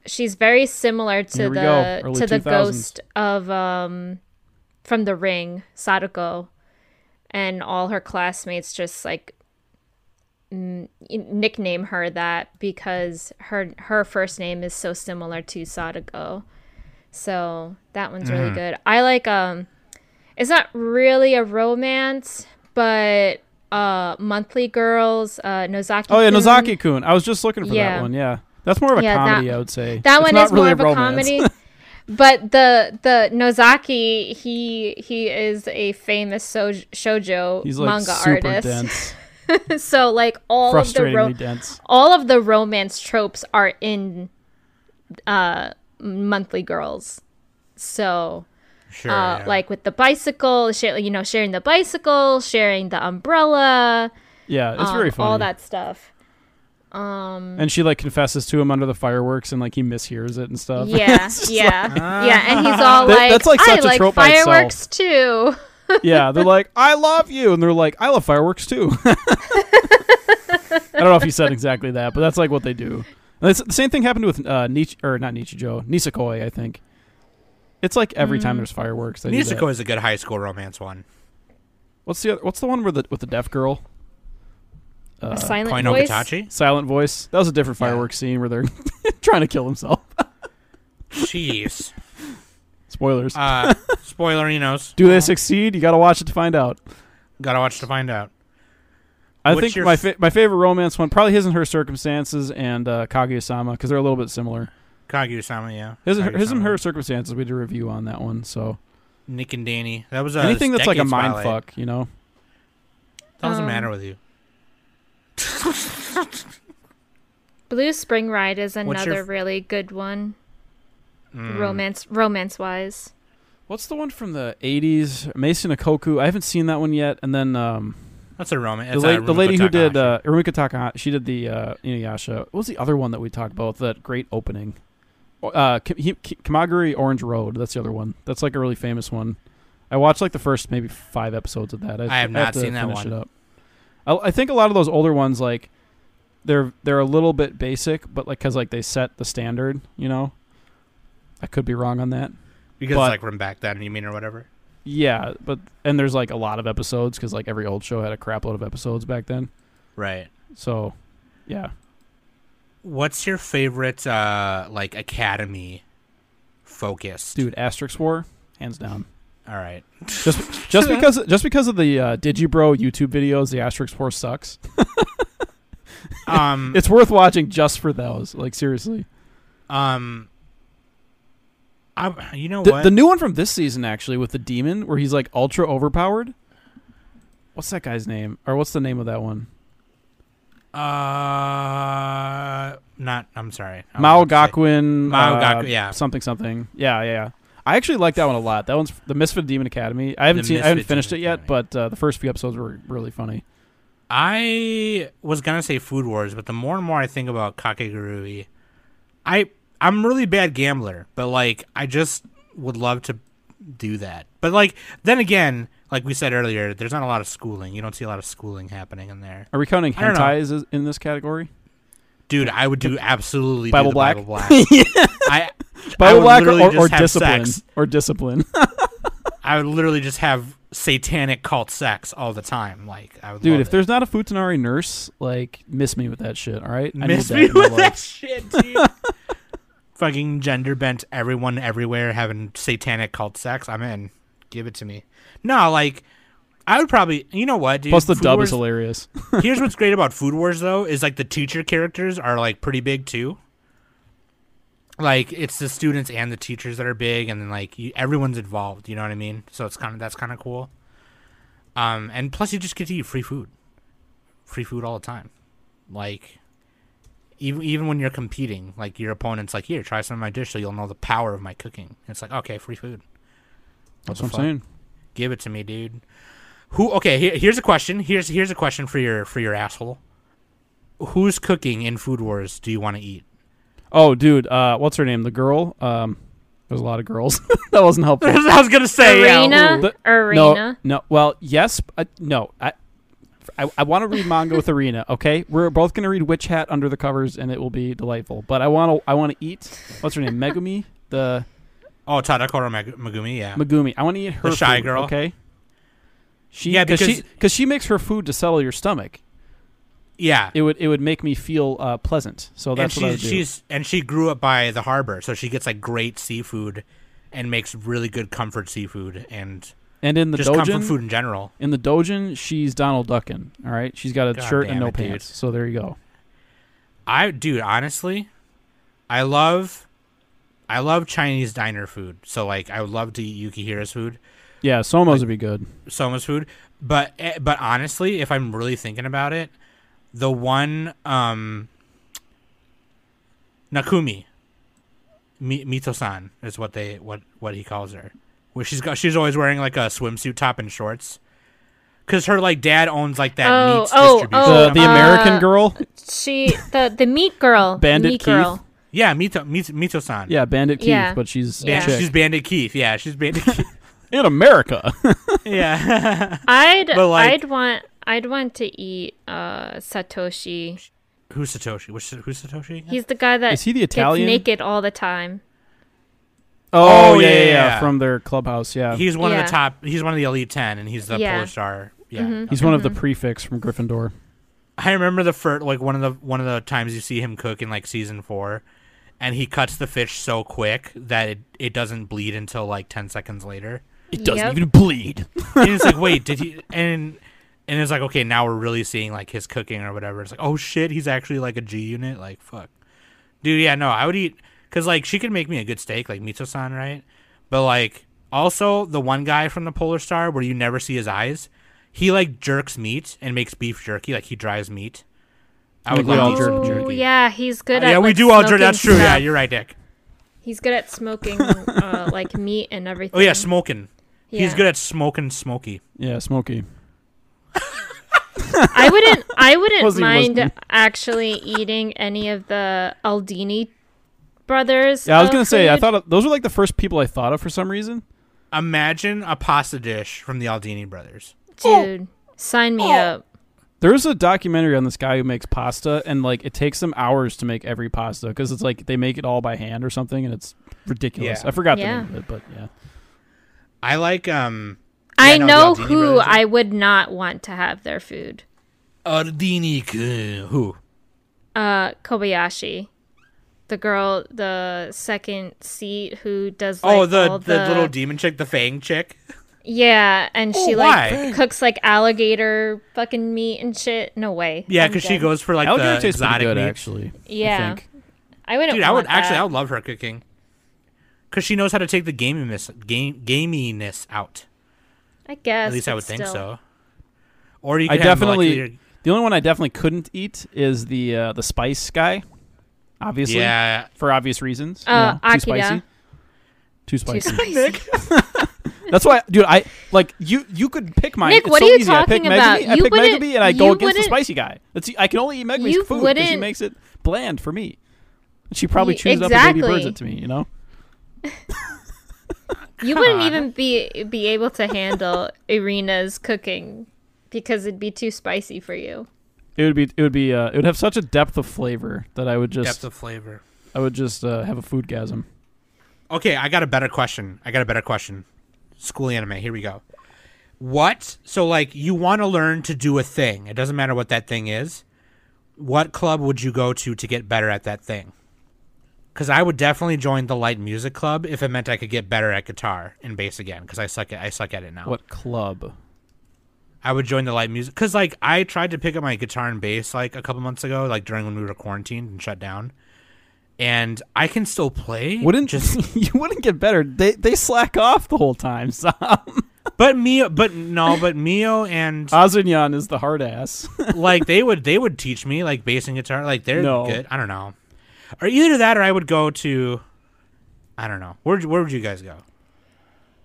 she's very similar to
Here we
the
go, early
to the
2000s.
ghost of um from the ring, Sadako, and all her classmates just like n- nickname her that because her her first name is so similar to Sadako. So that one's
Mm-hmm.
really good. I like um it's not really a romance, but uh monthly girls, uh Nozaki
Oh yeah, Nozaki Kun. I was just looking for
Yeah.
that one. Yeah, that's more of a
Yeah, that-
comedy. I would say
That
It's
one
not
is
really
more of a
romance.
comedy. But the the Nozaki, he he is a famous so- shojo
He's like
manga
super
artist.
dense,
so like all of the
frustratingly
ro-
dense.
all of the romance tropes are in uh monthly girls so
Sure.
uh
yeah.
like with the bicycle share, you know sharing the bicycle sharing the umbrella
Yeah, it's
um,
very funny.
all that stuff
And she like confesses to him under the fireworks, and like he mishears it and stuff.
yeah yeah yeah and he's all
That-
like,
that's like
i
such a
like
trope by itself."
fireworks too
yeah, they're like, "I love you," and they're like, "I love fireworks too." I don't know if he said exactly that, but that's like what they do. And it's, the same thing happened with uh, Nietzsche, or not Nichijou, Nisekoi, I think. It's like every
Mm-hmm.
time there's fireworks. They do that.
Niseko is a good high school romance one.
What's the other, What's the one where the with the deaf girl? Uh,
a silent
Koi
voice
Nogatachi?
Silent voice. That was a different
Yeah.
fireworks scene where they're trying to kill himself.
Jeez.
Spoilers.
Uh, spoilerinos.
Do they succeed? You got to watch it to find out.
Gotta watch to find out.
I
What's
think
your
my
f-
fa- my favorite romance one probably his and her circumstances and uh, Kaguya-sama because they're a little bit similar.
Kaguya-sama, yeah.
His and her, his and
Kaguya-sama.
her circumstances we did a review on that one. So
Nick and Danny. That was uh,
anything that's like a
decades
mind
twilight.
fuck, you know.
That doesn't
Um,
matter with you.
blue spring ride is
What's
another
your f-
really good one
Hmm.
Mm.
romance romance wise
What's the one from the '80s? Mason Okoku. I haven't seen that one yet. And then um,
That's a romance.
the,
That's,
la-
uh,
the
Rumiko
lady who did
Takahashi.
uh, Rumiko Takahashi. She did the uh, Inuyasha. What was the other one that we talked about? That great opening. Uh, Ki- Hi- Ki- Kamaguri Orange Road. That's the other one. That's like a really famous one. I watched like the first maybe five episodes of that. I,
I have not
to
seen that
finish
one.
It up. I, I think a lot of those older ones like they're they're a little bit basic, but like because like they set the standard. You know, I could be wrong on that.
because
but-
it's like from back then, you mean or whatever.
Yeah, but and there's like a lot of episodes because like every old show had a crapload of episodes back then.
Right.
So, yeah.
What's your favorite uh like academy focus?
Dude, Asterix War, hands down.
All right.
Just just because just because of the uh, Digibro YouTube videos, the Asterix Force sucks.
Um.
It's worth watching just for those. Like seriously,
um. I, you know
the,
what?
the new one from this season actually with the demon, where he's like ultra overpowered. What's that guy's name? Or what's the name of that one?
uh. Not. I'm sorry. I was
Mao
about to say-
Gakwin.
Mao
uh,
Gakwin, yeah.
Something something. Yeah, yeah, yeah. I actually like that one a lot. That one's the Misfit Demon Academy. I haven't
The
seen. I haven't
Misfit
finished
Demon
it yet,
Academy.
but uh, the first few episodes were really funny.
I was gonna say Food Wars, but the more and more I think about Kakegurui, I I'm a really bad gambler, but like I just would love to do that. But like then again, like we said earlier, there's not a lot of schooling. You don't see a lot of schooling happening in there.
Are we counting
I don't know.
hentai as- in this category?
Dude, I would do absolutely
Bible
do the
Black?
Bible Black. I I
Bible
would
Black or,
literally
or,
just have
discipline
sex.
or discipline.
I would literally just have satanic cult sex all the time. Like I would
Dude,
love
if
it.
there's not a Futanari nurse, like miss me with that shit. All right, I need
Miss
that
me
in my
with
life.
that shit, dude. Fucking gender bent everyone everywhere having satanic cult sex. I'm in. Give it to me. No, like I would probably you know what, dude.
Plus the
Food
dub
Wars,
is hilarious.
Here's what's great about Food Wars though, is like the teacher characters are like pretty big too. Like it's the students and the teachers that are big and then like you, everyone's involved, you know what I mean? So it's kind of that's kind of cool. Um and plus you just get to eat free food. Free food all the time. Like even even when you're competing, like your opponent's like, "Here, try some of my dish so you'll know the power of my cooking." And it's like, "Okay, free food." What
That's
the
what I'm
fuck?
saying.
Give it to me, dude. Who? Okay, here, here's a question. Here's here's a question for your for your asshole. Who's cooking in Food Wars? Do you want to eat?
Oh, dude, uh, what's her name? The girl. Um, there's a lot of girls. that wasn't helpful.
I was gonna say yeah,
Arena?
ooh.
The-
Arena?
No, no. Well, yes, but uh, no. I, I, I want to read manga with Arena. Okay, we're both gonna read Witch Hat under the covers, and it will be delightful. But I want to. I want to eat. What's her name? Megumi. The
Oh, Tadakoro Mag- Megumi, yeah.
Megumi. I want to eat her.
The shy
food,
girl.
Okay. She,
Yeah,
cause she
because-
because she makes her food to settle your stomach.
yeah.
It would it would make me feel uh, pleasant. So
and
that's what I
she's
would do.
she's and she grew up by the harbor, so she gets like great seafood, and makes really good comfort seafood and
and in the
just comfort
dojin,
food in general.
in the dojin, she's Donald Duckin. All right, she's got a
God
shirt and
damn
no
it, dude.
pants. So there you go.
I dude, honestly, I love I love Chinese diner food. So like I would love to eat Yukihira's food.
Yeah, Somos would be good.
Soma's food. But eh, but honestly, if I'm really thinking about it, the one um Nakumi Mi- Mito-san is what they what what he calls her. Where she's got she's always wearing like a swimsuit top and shorts. Cuz her like dad owns like that
Oh,
meats
oh,
distribution.
oh,
the the
company.
uh,
American girl.
She the the meat girl.
Bandit
meat
Keith?
girl.
yeah, Mito Mito- Mito-san.
Yeah, Bandit Keith,
Yeah.
but she's
Yeah.
a chick.
She's Bandit Keith. Yeah, she's Bandit Keith.
in America.
yeah.
I'd
But, like-
I'd want I'd want to eat uh Satoshi.
who's Satoshi? Which, who's Satoshi? again?
He's the guy that
Is he the Italian?
gets naked all the time.
oh, yeah,
yeah,
yeah,
yeah,
yeah,
yeah.
from their clubhouse. Yeah,
He's one
Yeah.
of the top. He's one of the elite ten, and he's the
Yeah. Mm-hmm.
Polar Star. Yeah,
he's one of the prefix from Gryffindor.
I remember the first like one of the one of the times you see him cook in like season four, and he cuts the fish so quick that it, it doesn't bleed until like ten seconds later.
It doesn't even
bleed.
And it's like, wait, did he? And and it's like, okay, now we're really seeing like his cooking or whatever. It's like, oh shit, he's actually like a G unit. Like fuck, dude. Yeah, no, I would eat because like she could make me a good steak, like Mito-san, right? But like also the one guy from the Polar Star where you never see his eyes, he like jerks meat and makes beef jerky. Like he dries meat. I
Like
would
we all
love to eat
jerk
some
Oh,
jerky. Oh,
yeah, he's good at
yeah, we
like,
do all jerk.
smoking
That's true. Yeah,
stuff.
you're right, Dick.
He's good at smoking uh, like meat and everything.
Oh yeah, smoking. He's
Yeah.
good at smoking smoky.
Yeah, Smokey.
I wouldn't. I wouldn't
Wasn't even
mind
listening.
actually eating any of the Aldini brothers.
Yeah, I was
uh,
gonna say I
food.
thought of, those were like the first people I thought of for some reason.
Imagine a pasta dish from the Aldini brothers.
dude, sign
Oh.
me up.
There's a documentary on this guy who makes pasta, and like it takes them hours to make every pasta because it's like they make it all by hand or something, and it's ridiculous.
Yeah.
I forgot
Yeah.
the name of it, but yeah.
I like um
I
no,
know
the Aldini
who
brothers are-
I would not want to have their food.
Ardini who?
Uh, Kobayashi. the girl, the second seat who does like
oh, the,
all
the little demon chick, the Fang chick.
yeah, and she
Oh,
like
why?
cooks like alligator fucking meat and shit. No way.
Yeah,
I'm
because she
good.
goes for like
Alligator
the
tastes pretty
exotic
good,
meat.
actually.
Yeah,
I think.
I, wouldn't.
Dude, I would
want
actually,
that.
I would love her cooking, because she knows how to take the gaminess, game, gaminess out.
I guess.
At least I
but
would think
still.
so. Or you
I
could have
definitely-
molecular-
The only one I definitely couldn't eat is the uh, the spice guy. Obviously,
yeah.
for obvious reasons. you
Uh,
know,
Akira.
too spicy. Too
Too
spicy.
spicy.
That's why, dude. I like you. You could pick mine.
Nick,
it's
what
so
are you
easy. I pick
talking about?
Megumi, I
You
pick
wouldn't-
Megumi, and I
you
go against the
wouldn't-
spicy guy. That's I can only eat Megumi's
You
food because she
wouldn't-
makes it bland for me. She probably
Ye-
chews it up and baby birds
exactly.
it to me. You know.
You wouldn't
God.
even be be able to handle Irina's cooking because it'd be too spicy for you.
It would be. It would be. Uh, it would have such a depth of flavor that I would just.
depth of flavor.
I would just uh, have a food gasm.
Okay, I got a better question. I got a better question. School anime. Here we go. What? So, like, you want to learn to do a thing. It doesn't matter what that thing is. What club would you go to to get better at that thing? Because I would definitely join the light music club if it meant I could get better at guitar and bass again. Because I suck at I suck at it now.
What club?
I would join the light music because like I tried to pick up my guitar and bass like a couple months ago, like during when we were quarantined and shut down, and I can still play.
Wouldn't
just
just you wouldn't get better. They they slack off the whole time. So
but Mio, but no, but Mio and
Azunyan is the hard ass.
like they would they would teach me like bass and guitar. Like they're
No.
good. I don't know, or either that or I would go to, I don't know. Where where would you guys go?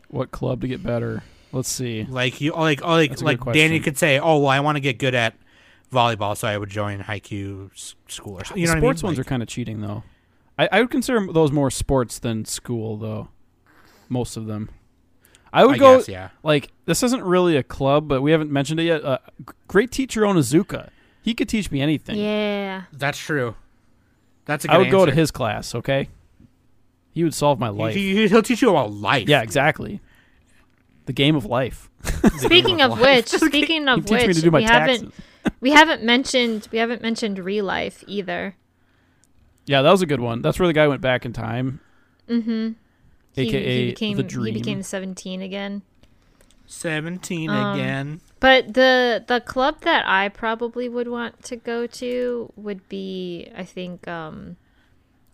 what club to get better? Let's see.
Like you like oh, like
That's a good
like Danny
question.
could say, oh well, I want to get good at volleyball, so I would join Haiku s- school or something. You know
sports
what I mean?
ones are kind of cheating though. I, I would consider those more sports than school though. Most of them. I would
I
go
guess, yeah.
like this isn't really a club, but we haven't mentioned it yet. Uh, g- great teacher Onizuka. He could teach me anything.
Yeah.
That's true. That's a good
I would go to
answer.
his class. Okay. He would solve my life.
He, he- he'll teach you about life.
yeah, exactly. The game of life.
Speaking of which, speaking
He'd
of
teach
which,
me to do my
we
taxes.
haven't we haven't mentioned we haven't mentioned real life either.
Yeah, that was a good one. That's where the guy went back in time,
Mm-hmm.
aka
he, he became
the dream.
he became seventeen again.
17
Um,
again.
But the the club that I probably would want to go to would be I think um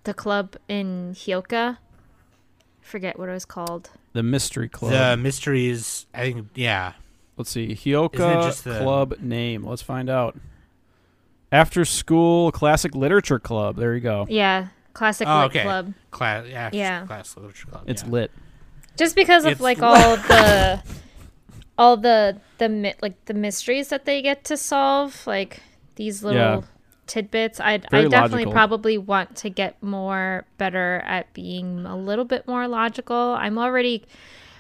the club in Hioka. Forget what it was called.
the mystery club.
The mysteries, I think, yeah.
Let's see,
Isn't it
Hioka
just the-
club name. Let's find out. After school classic literature club. There you go.
Yeah, classic
Oh,
lit
okay.
club.
Class, yeah. it's
Yeah.
Class literature club.
It's
yeah.
lit.
Just because of
It's
like
li-
all the all the the mi- like the mysteries that they get to solve, like these little
Yeah.
tidbits. I'd, I
Very
definitely
logical.
probably want to get more better at being a little bit more logical. I'm already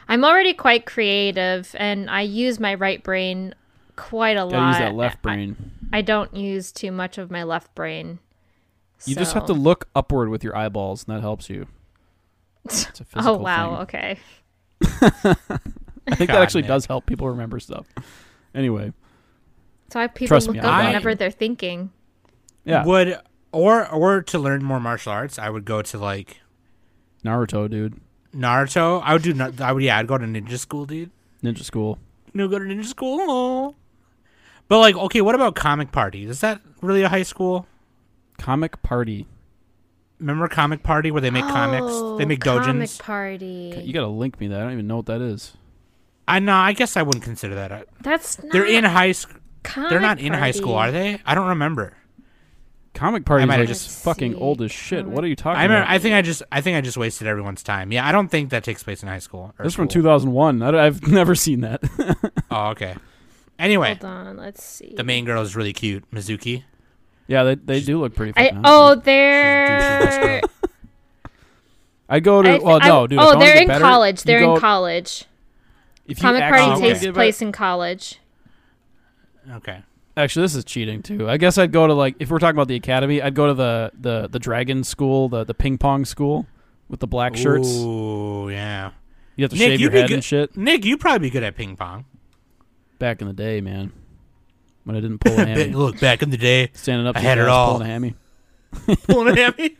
I'm already quite creative and I use my right brain quite a
Gotta
lot.
use that left
I-
brain.
I, don't use too much of my left brain.
You just have to
So-
look upward with your eyeballs, and that helps you. It's a
Oh
physical
wow,
thing.
okay.
I think
God,
that actually
Nick.
does help people remember stuff. Anyway,
So I people
Trust
look
me,
up
I-
whenever they're thinking.
yeah,
Would, or, or to learn more martial arts, I would go to like
Naruto, dude,
Naruto. I would do, na- I would, yeah, I'd go to ninja school, dude.
ninja school.
No, go to ninja school. But like, okay, what about comic party? Is that really a high school?
Comic party.
Remember comic party where they make comics? They
Oh,
make
Comic
dojins.
party.
You gotta link me that. I don't even know what that is.
I know. I guess I wouldn't consider that. A,
That's not
they're in high school.
Comic
They're not in high school, are
Party.
they? I don't remember.
Comic party is
might have
like
just-
just fucking
Let's
old
see,
as shit.
comic
What are you talking
I remember,
about?
I think I just I think I just wasted everyone's time. Yeah, I don't think that takes place in high school. or
This from
school.
2001. I, have never seen that.
Oh, okay. Anyway,
Hold on, let's see.
the main girl is really cute, Mizuki.
yeah, they, they do look pretty.
I
fucking
oh
awesome.
they're
I go
I
to.
th-
well,
I-
no, dude. if I
oh
wanna
they're
get
in
better,
college.
you
They're
go-
in college.
If you
Comic
actually
party
wanna
okay.
takes
get
place in college.
Okay.
better- Actually, this is cheating too. I guess I'd go to like if we're talking about the academy, I'd go to the the the dragon school, the the ping pong school with the black shirts. You
Ooh, yeah.
have to
Nick,
shave your
you'd be
head
good-
and shit.
Nick, you probably be good at ping pong.
Back in the day, man, when I didn't pull a
Ba-
hammy,
Look, back in the day,
standing up,
I
to
had it
girls,
all.
pulling a hammy.
pulling a hammy.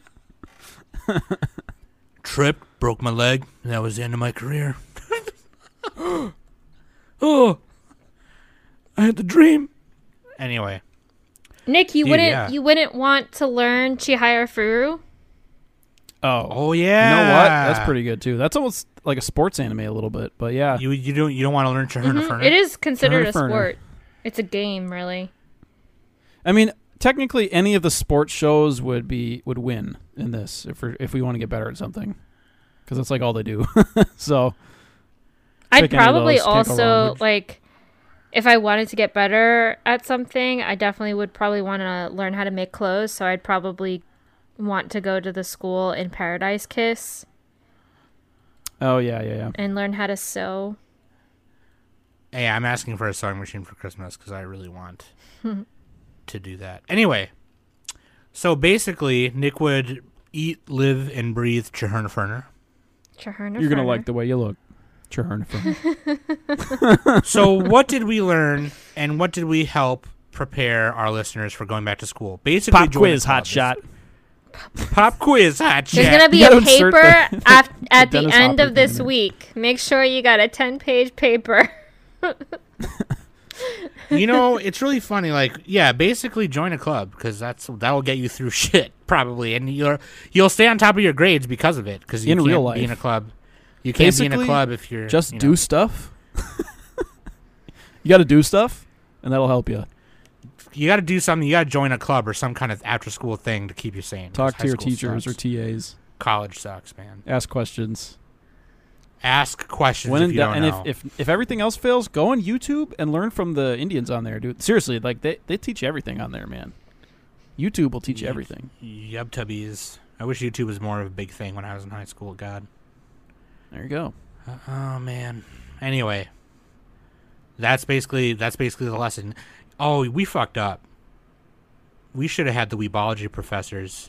Tripped, broke my leg, and that was the end of my career. oh, I had the dream. Anyway,
Nick, you
Dude,
wouldn't
yeah.
you wouldn't want to learn Chihaya Furu?
Oh,
oh
you
yeah,
know what? That's pretty good too. That's almost like a sports anime a little bit, but yeah.
You you don't you don't want to learn to turn a furnace.
Mm-hmm. It is considered a
Turner Ferner.
sport. It's a game, really.
I mean, technically, any of the sports shows would be would win in this if we if we want to get better at something, because that's like all they do. so
I'd
Pick any of
probably
those, can't go wrong,
also
which-
like if I wanted to get better at something, I definitely would probably want to learn how to make clothes, so I'd probably want to go to the school in Paradise Kiss
oh yeah yeah yeah.
and learn how to sew.
Hey, I'm asking for a sewing machine for Christmas because I really want to do that. Anyway, so basically, Nick would eat, live, and breathe Chihurnaferner.
Chihana
You're gonna
Ferner.
like the way you look. Chihern from
so, what did we learn, and what did we help prepare our listeners for going back to school? Basically, join
pop
the
quiz
club.
hot shot.
Pop quiz hot
There's
shot.
gonna be
You
a
gotta insert
paper
the-
af- at the
Dennis
end
Hopper
of this
thing in.
week. Make sure you got a ten-page paper.
you know, it's really funny. Like, yeah, basically join a club because that's that'll get you through shit probably, and you'll you'll stay on top of your grades because of it. Because you
In
can't
real
be in a
life.
club. You can't be in a
Basically,
club if you're
Just
you know.
do stuff. you got to do stuff, and that'll help you.
you got to do something. You got to join a club or some kind of after school thing to keep you sane.
Talk
High
to your
school
teachers
sucks.
or TAs.
college sucks, man.
Ask questions.
Ask questions
When
if
in
you
doubt,
don't
and
know.
if, if if everything else fails, go on YouTube and learn from the Indians on there, dude. Seriously, like they, they teach everything on there, man. YouTube will teach you everything.
Yub tubbies. I wish YouTube was more of a big thing when I was in high school. God.
There you go.
Uh, oh man. Anyway, that's basically that's basically the lesson. Oh, we fucked up. We should have had the weebology professors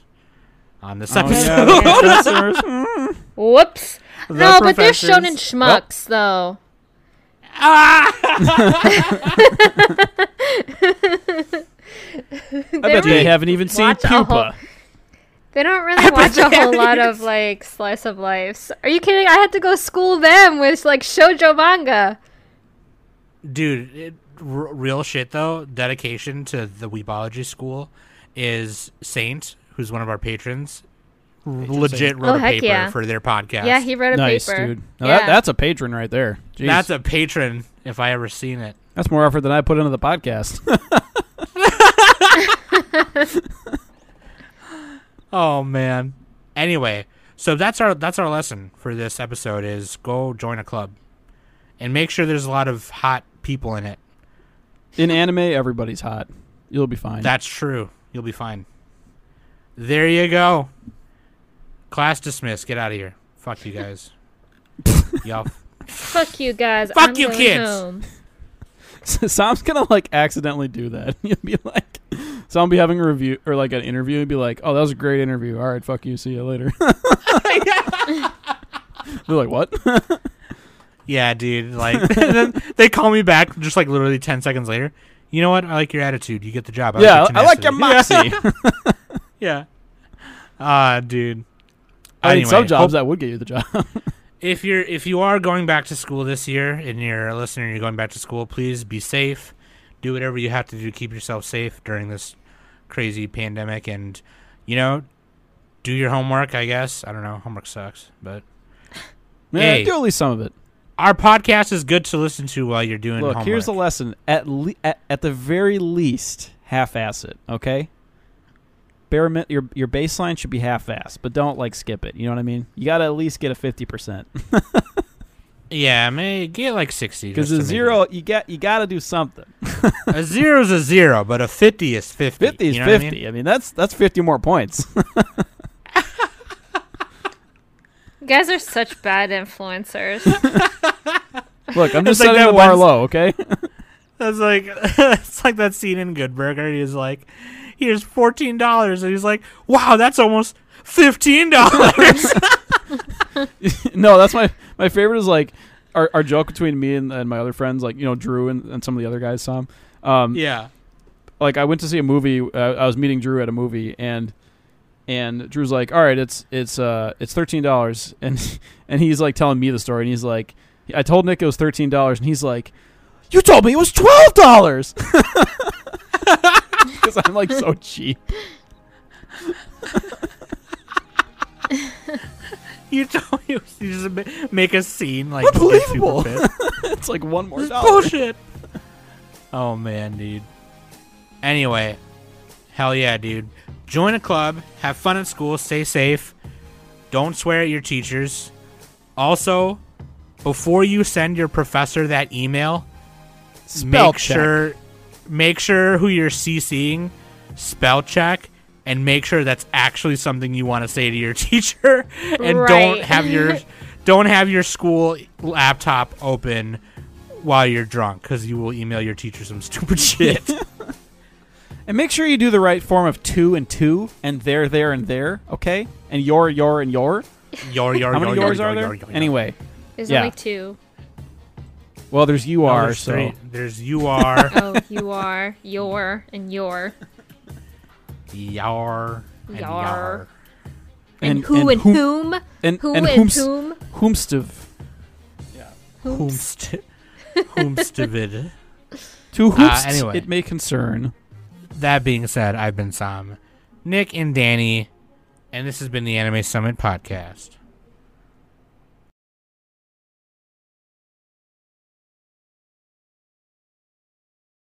on
Oh,
this episode.
Whoops. no, but they're
professors.
shown in
Oh,
schmucks, though.
Ah! I bet
really
they haven't even seen
watch a whole-
Pupa.
They don't really watch a whole lot of like slice of lives. Are you kidding? I had to go school them with like shojo manga.
dude it, r- real shit though dedication to the weebology school is saint who's one of our patrons r- legit wrote
Oh,
a
heck
paper
yeah.
for their podcast
Yeah, he wrote a
Nice,
paper.
dude. Now
Yeah.
that, that's a patron right there. Jeez.
that's a patron if i ever seen it
That's more effort than I put into the podcast.
oh man anyway so that's our that's our lesson for this episode is go join a club and make sure there's a lot of hot people in it
in anime, everybody's hot. You'll be fine.
that's true you'll be fine there you go class dismissed get out of here fuck you guys y'all
Fuck you guys.
Fuck
I'm
you
going
kids.
home.
Sam's gonna like accidentally do that. You'll be like, Sam be having a review or like an interview and be like, "Oh, that was a great interview. All right, fuck you. See you later." They're like, "What?"
Yeah, dude. Like, and then they call me back just like literally ten seconds later. You know what? I like your attitude. You get the job. I
yeah,
like
I like your moxie.
tenacity." Yeah. Ah, dude.
I mean, some
Anyway,
jobs
hope-
that would get you the job.
if you're if you are going back to school this year and you're a listener, and you're going back to school. Please be safe. Do whatever you have to do to keep yourself safe during this crazy pandemic, and you know, do your homework. I guess I don't know. Homework sucks, but
Yeah,
Hey.
do at least some of it.
our podcast is good to listen to while you're doing
Look,
homework.
here's the lesson. At, le- at at the very least, half-ass it. Okay. Bare min- your your baseline should be half-assed, but don't like skip it. You know what I mean? You gotta at least get a fifty percent.
yeah, may get like sixty
Because
just
a
to make it-
zero, you got you got to do something.
A zero's a zero, but a fifty is fifty.
Fifty is
You know what I
fifty. I
mean?
mean? that's that's fifty more points.
You guys are such bad influencers.
Look, I'm
It's
just
like
setting
that
the bar
one-
low. Okay,
That's like it's like that scene in Good Burger. He's like, here's fourteen dollars, and he's like, wow, that's almost fifteen dollars.
no, that's my my favorite is like our, our joke between me and, and my other friends, like you know Drew and, and some of the other guys. Tom, um,
yeah.
like I went to see a movie. Uh, I was meeting Drew at a movie, and and Drew's like, "All right, it's it's uh it's thirteen dollars," and and he's like telling me the story, and he's like, "I told Nick it was thirteen dollars," and he's like, "You told me it was twelve dollars," because I'm like so cheap.
You told you, you just ma- make a scene like you get
Unbelievable.
super fit.
It's like one more
This is
dollar.
bullshit.
Oh man, dude. Anyway, hell yeah, dude. Join a club, have fun at school, stay safe. Don't swear at your teachers. Also, before you send your professor that email,
Spell
make
check.
sure make sure who you're CCing, spell check and make sure that's actually something you want to say to your teacher and don't
Right.
have your don't have your school laptop open while you're drunk cuz you will email your teacher some stupid shit.
And make sure you do the right form of two and two and there, there, and there, okay? And your, your, and your.
Yar yar yar
How many
yar
yours
yar
are
yar
there?
yar.
Anyway,
There's
Yeah.
only two.
well, there's you
No,
are,
there's
so
three. there's you are
Oh, you are, your, and your.
yar
Yar.
and yar.
And,
And-
who and,
and whom-
whom?
and
Who
and
and
whom's,
whom?
whomstiv
Whom's?
Whomst Whomstivid.
to whomst
Uh, anyway.
it may concern.
that being said, I've been Sam, Nick, and Danny, and this has been the Anime Summit Podcast.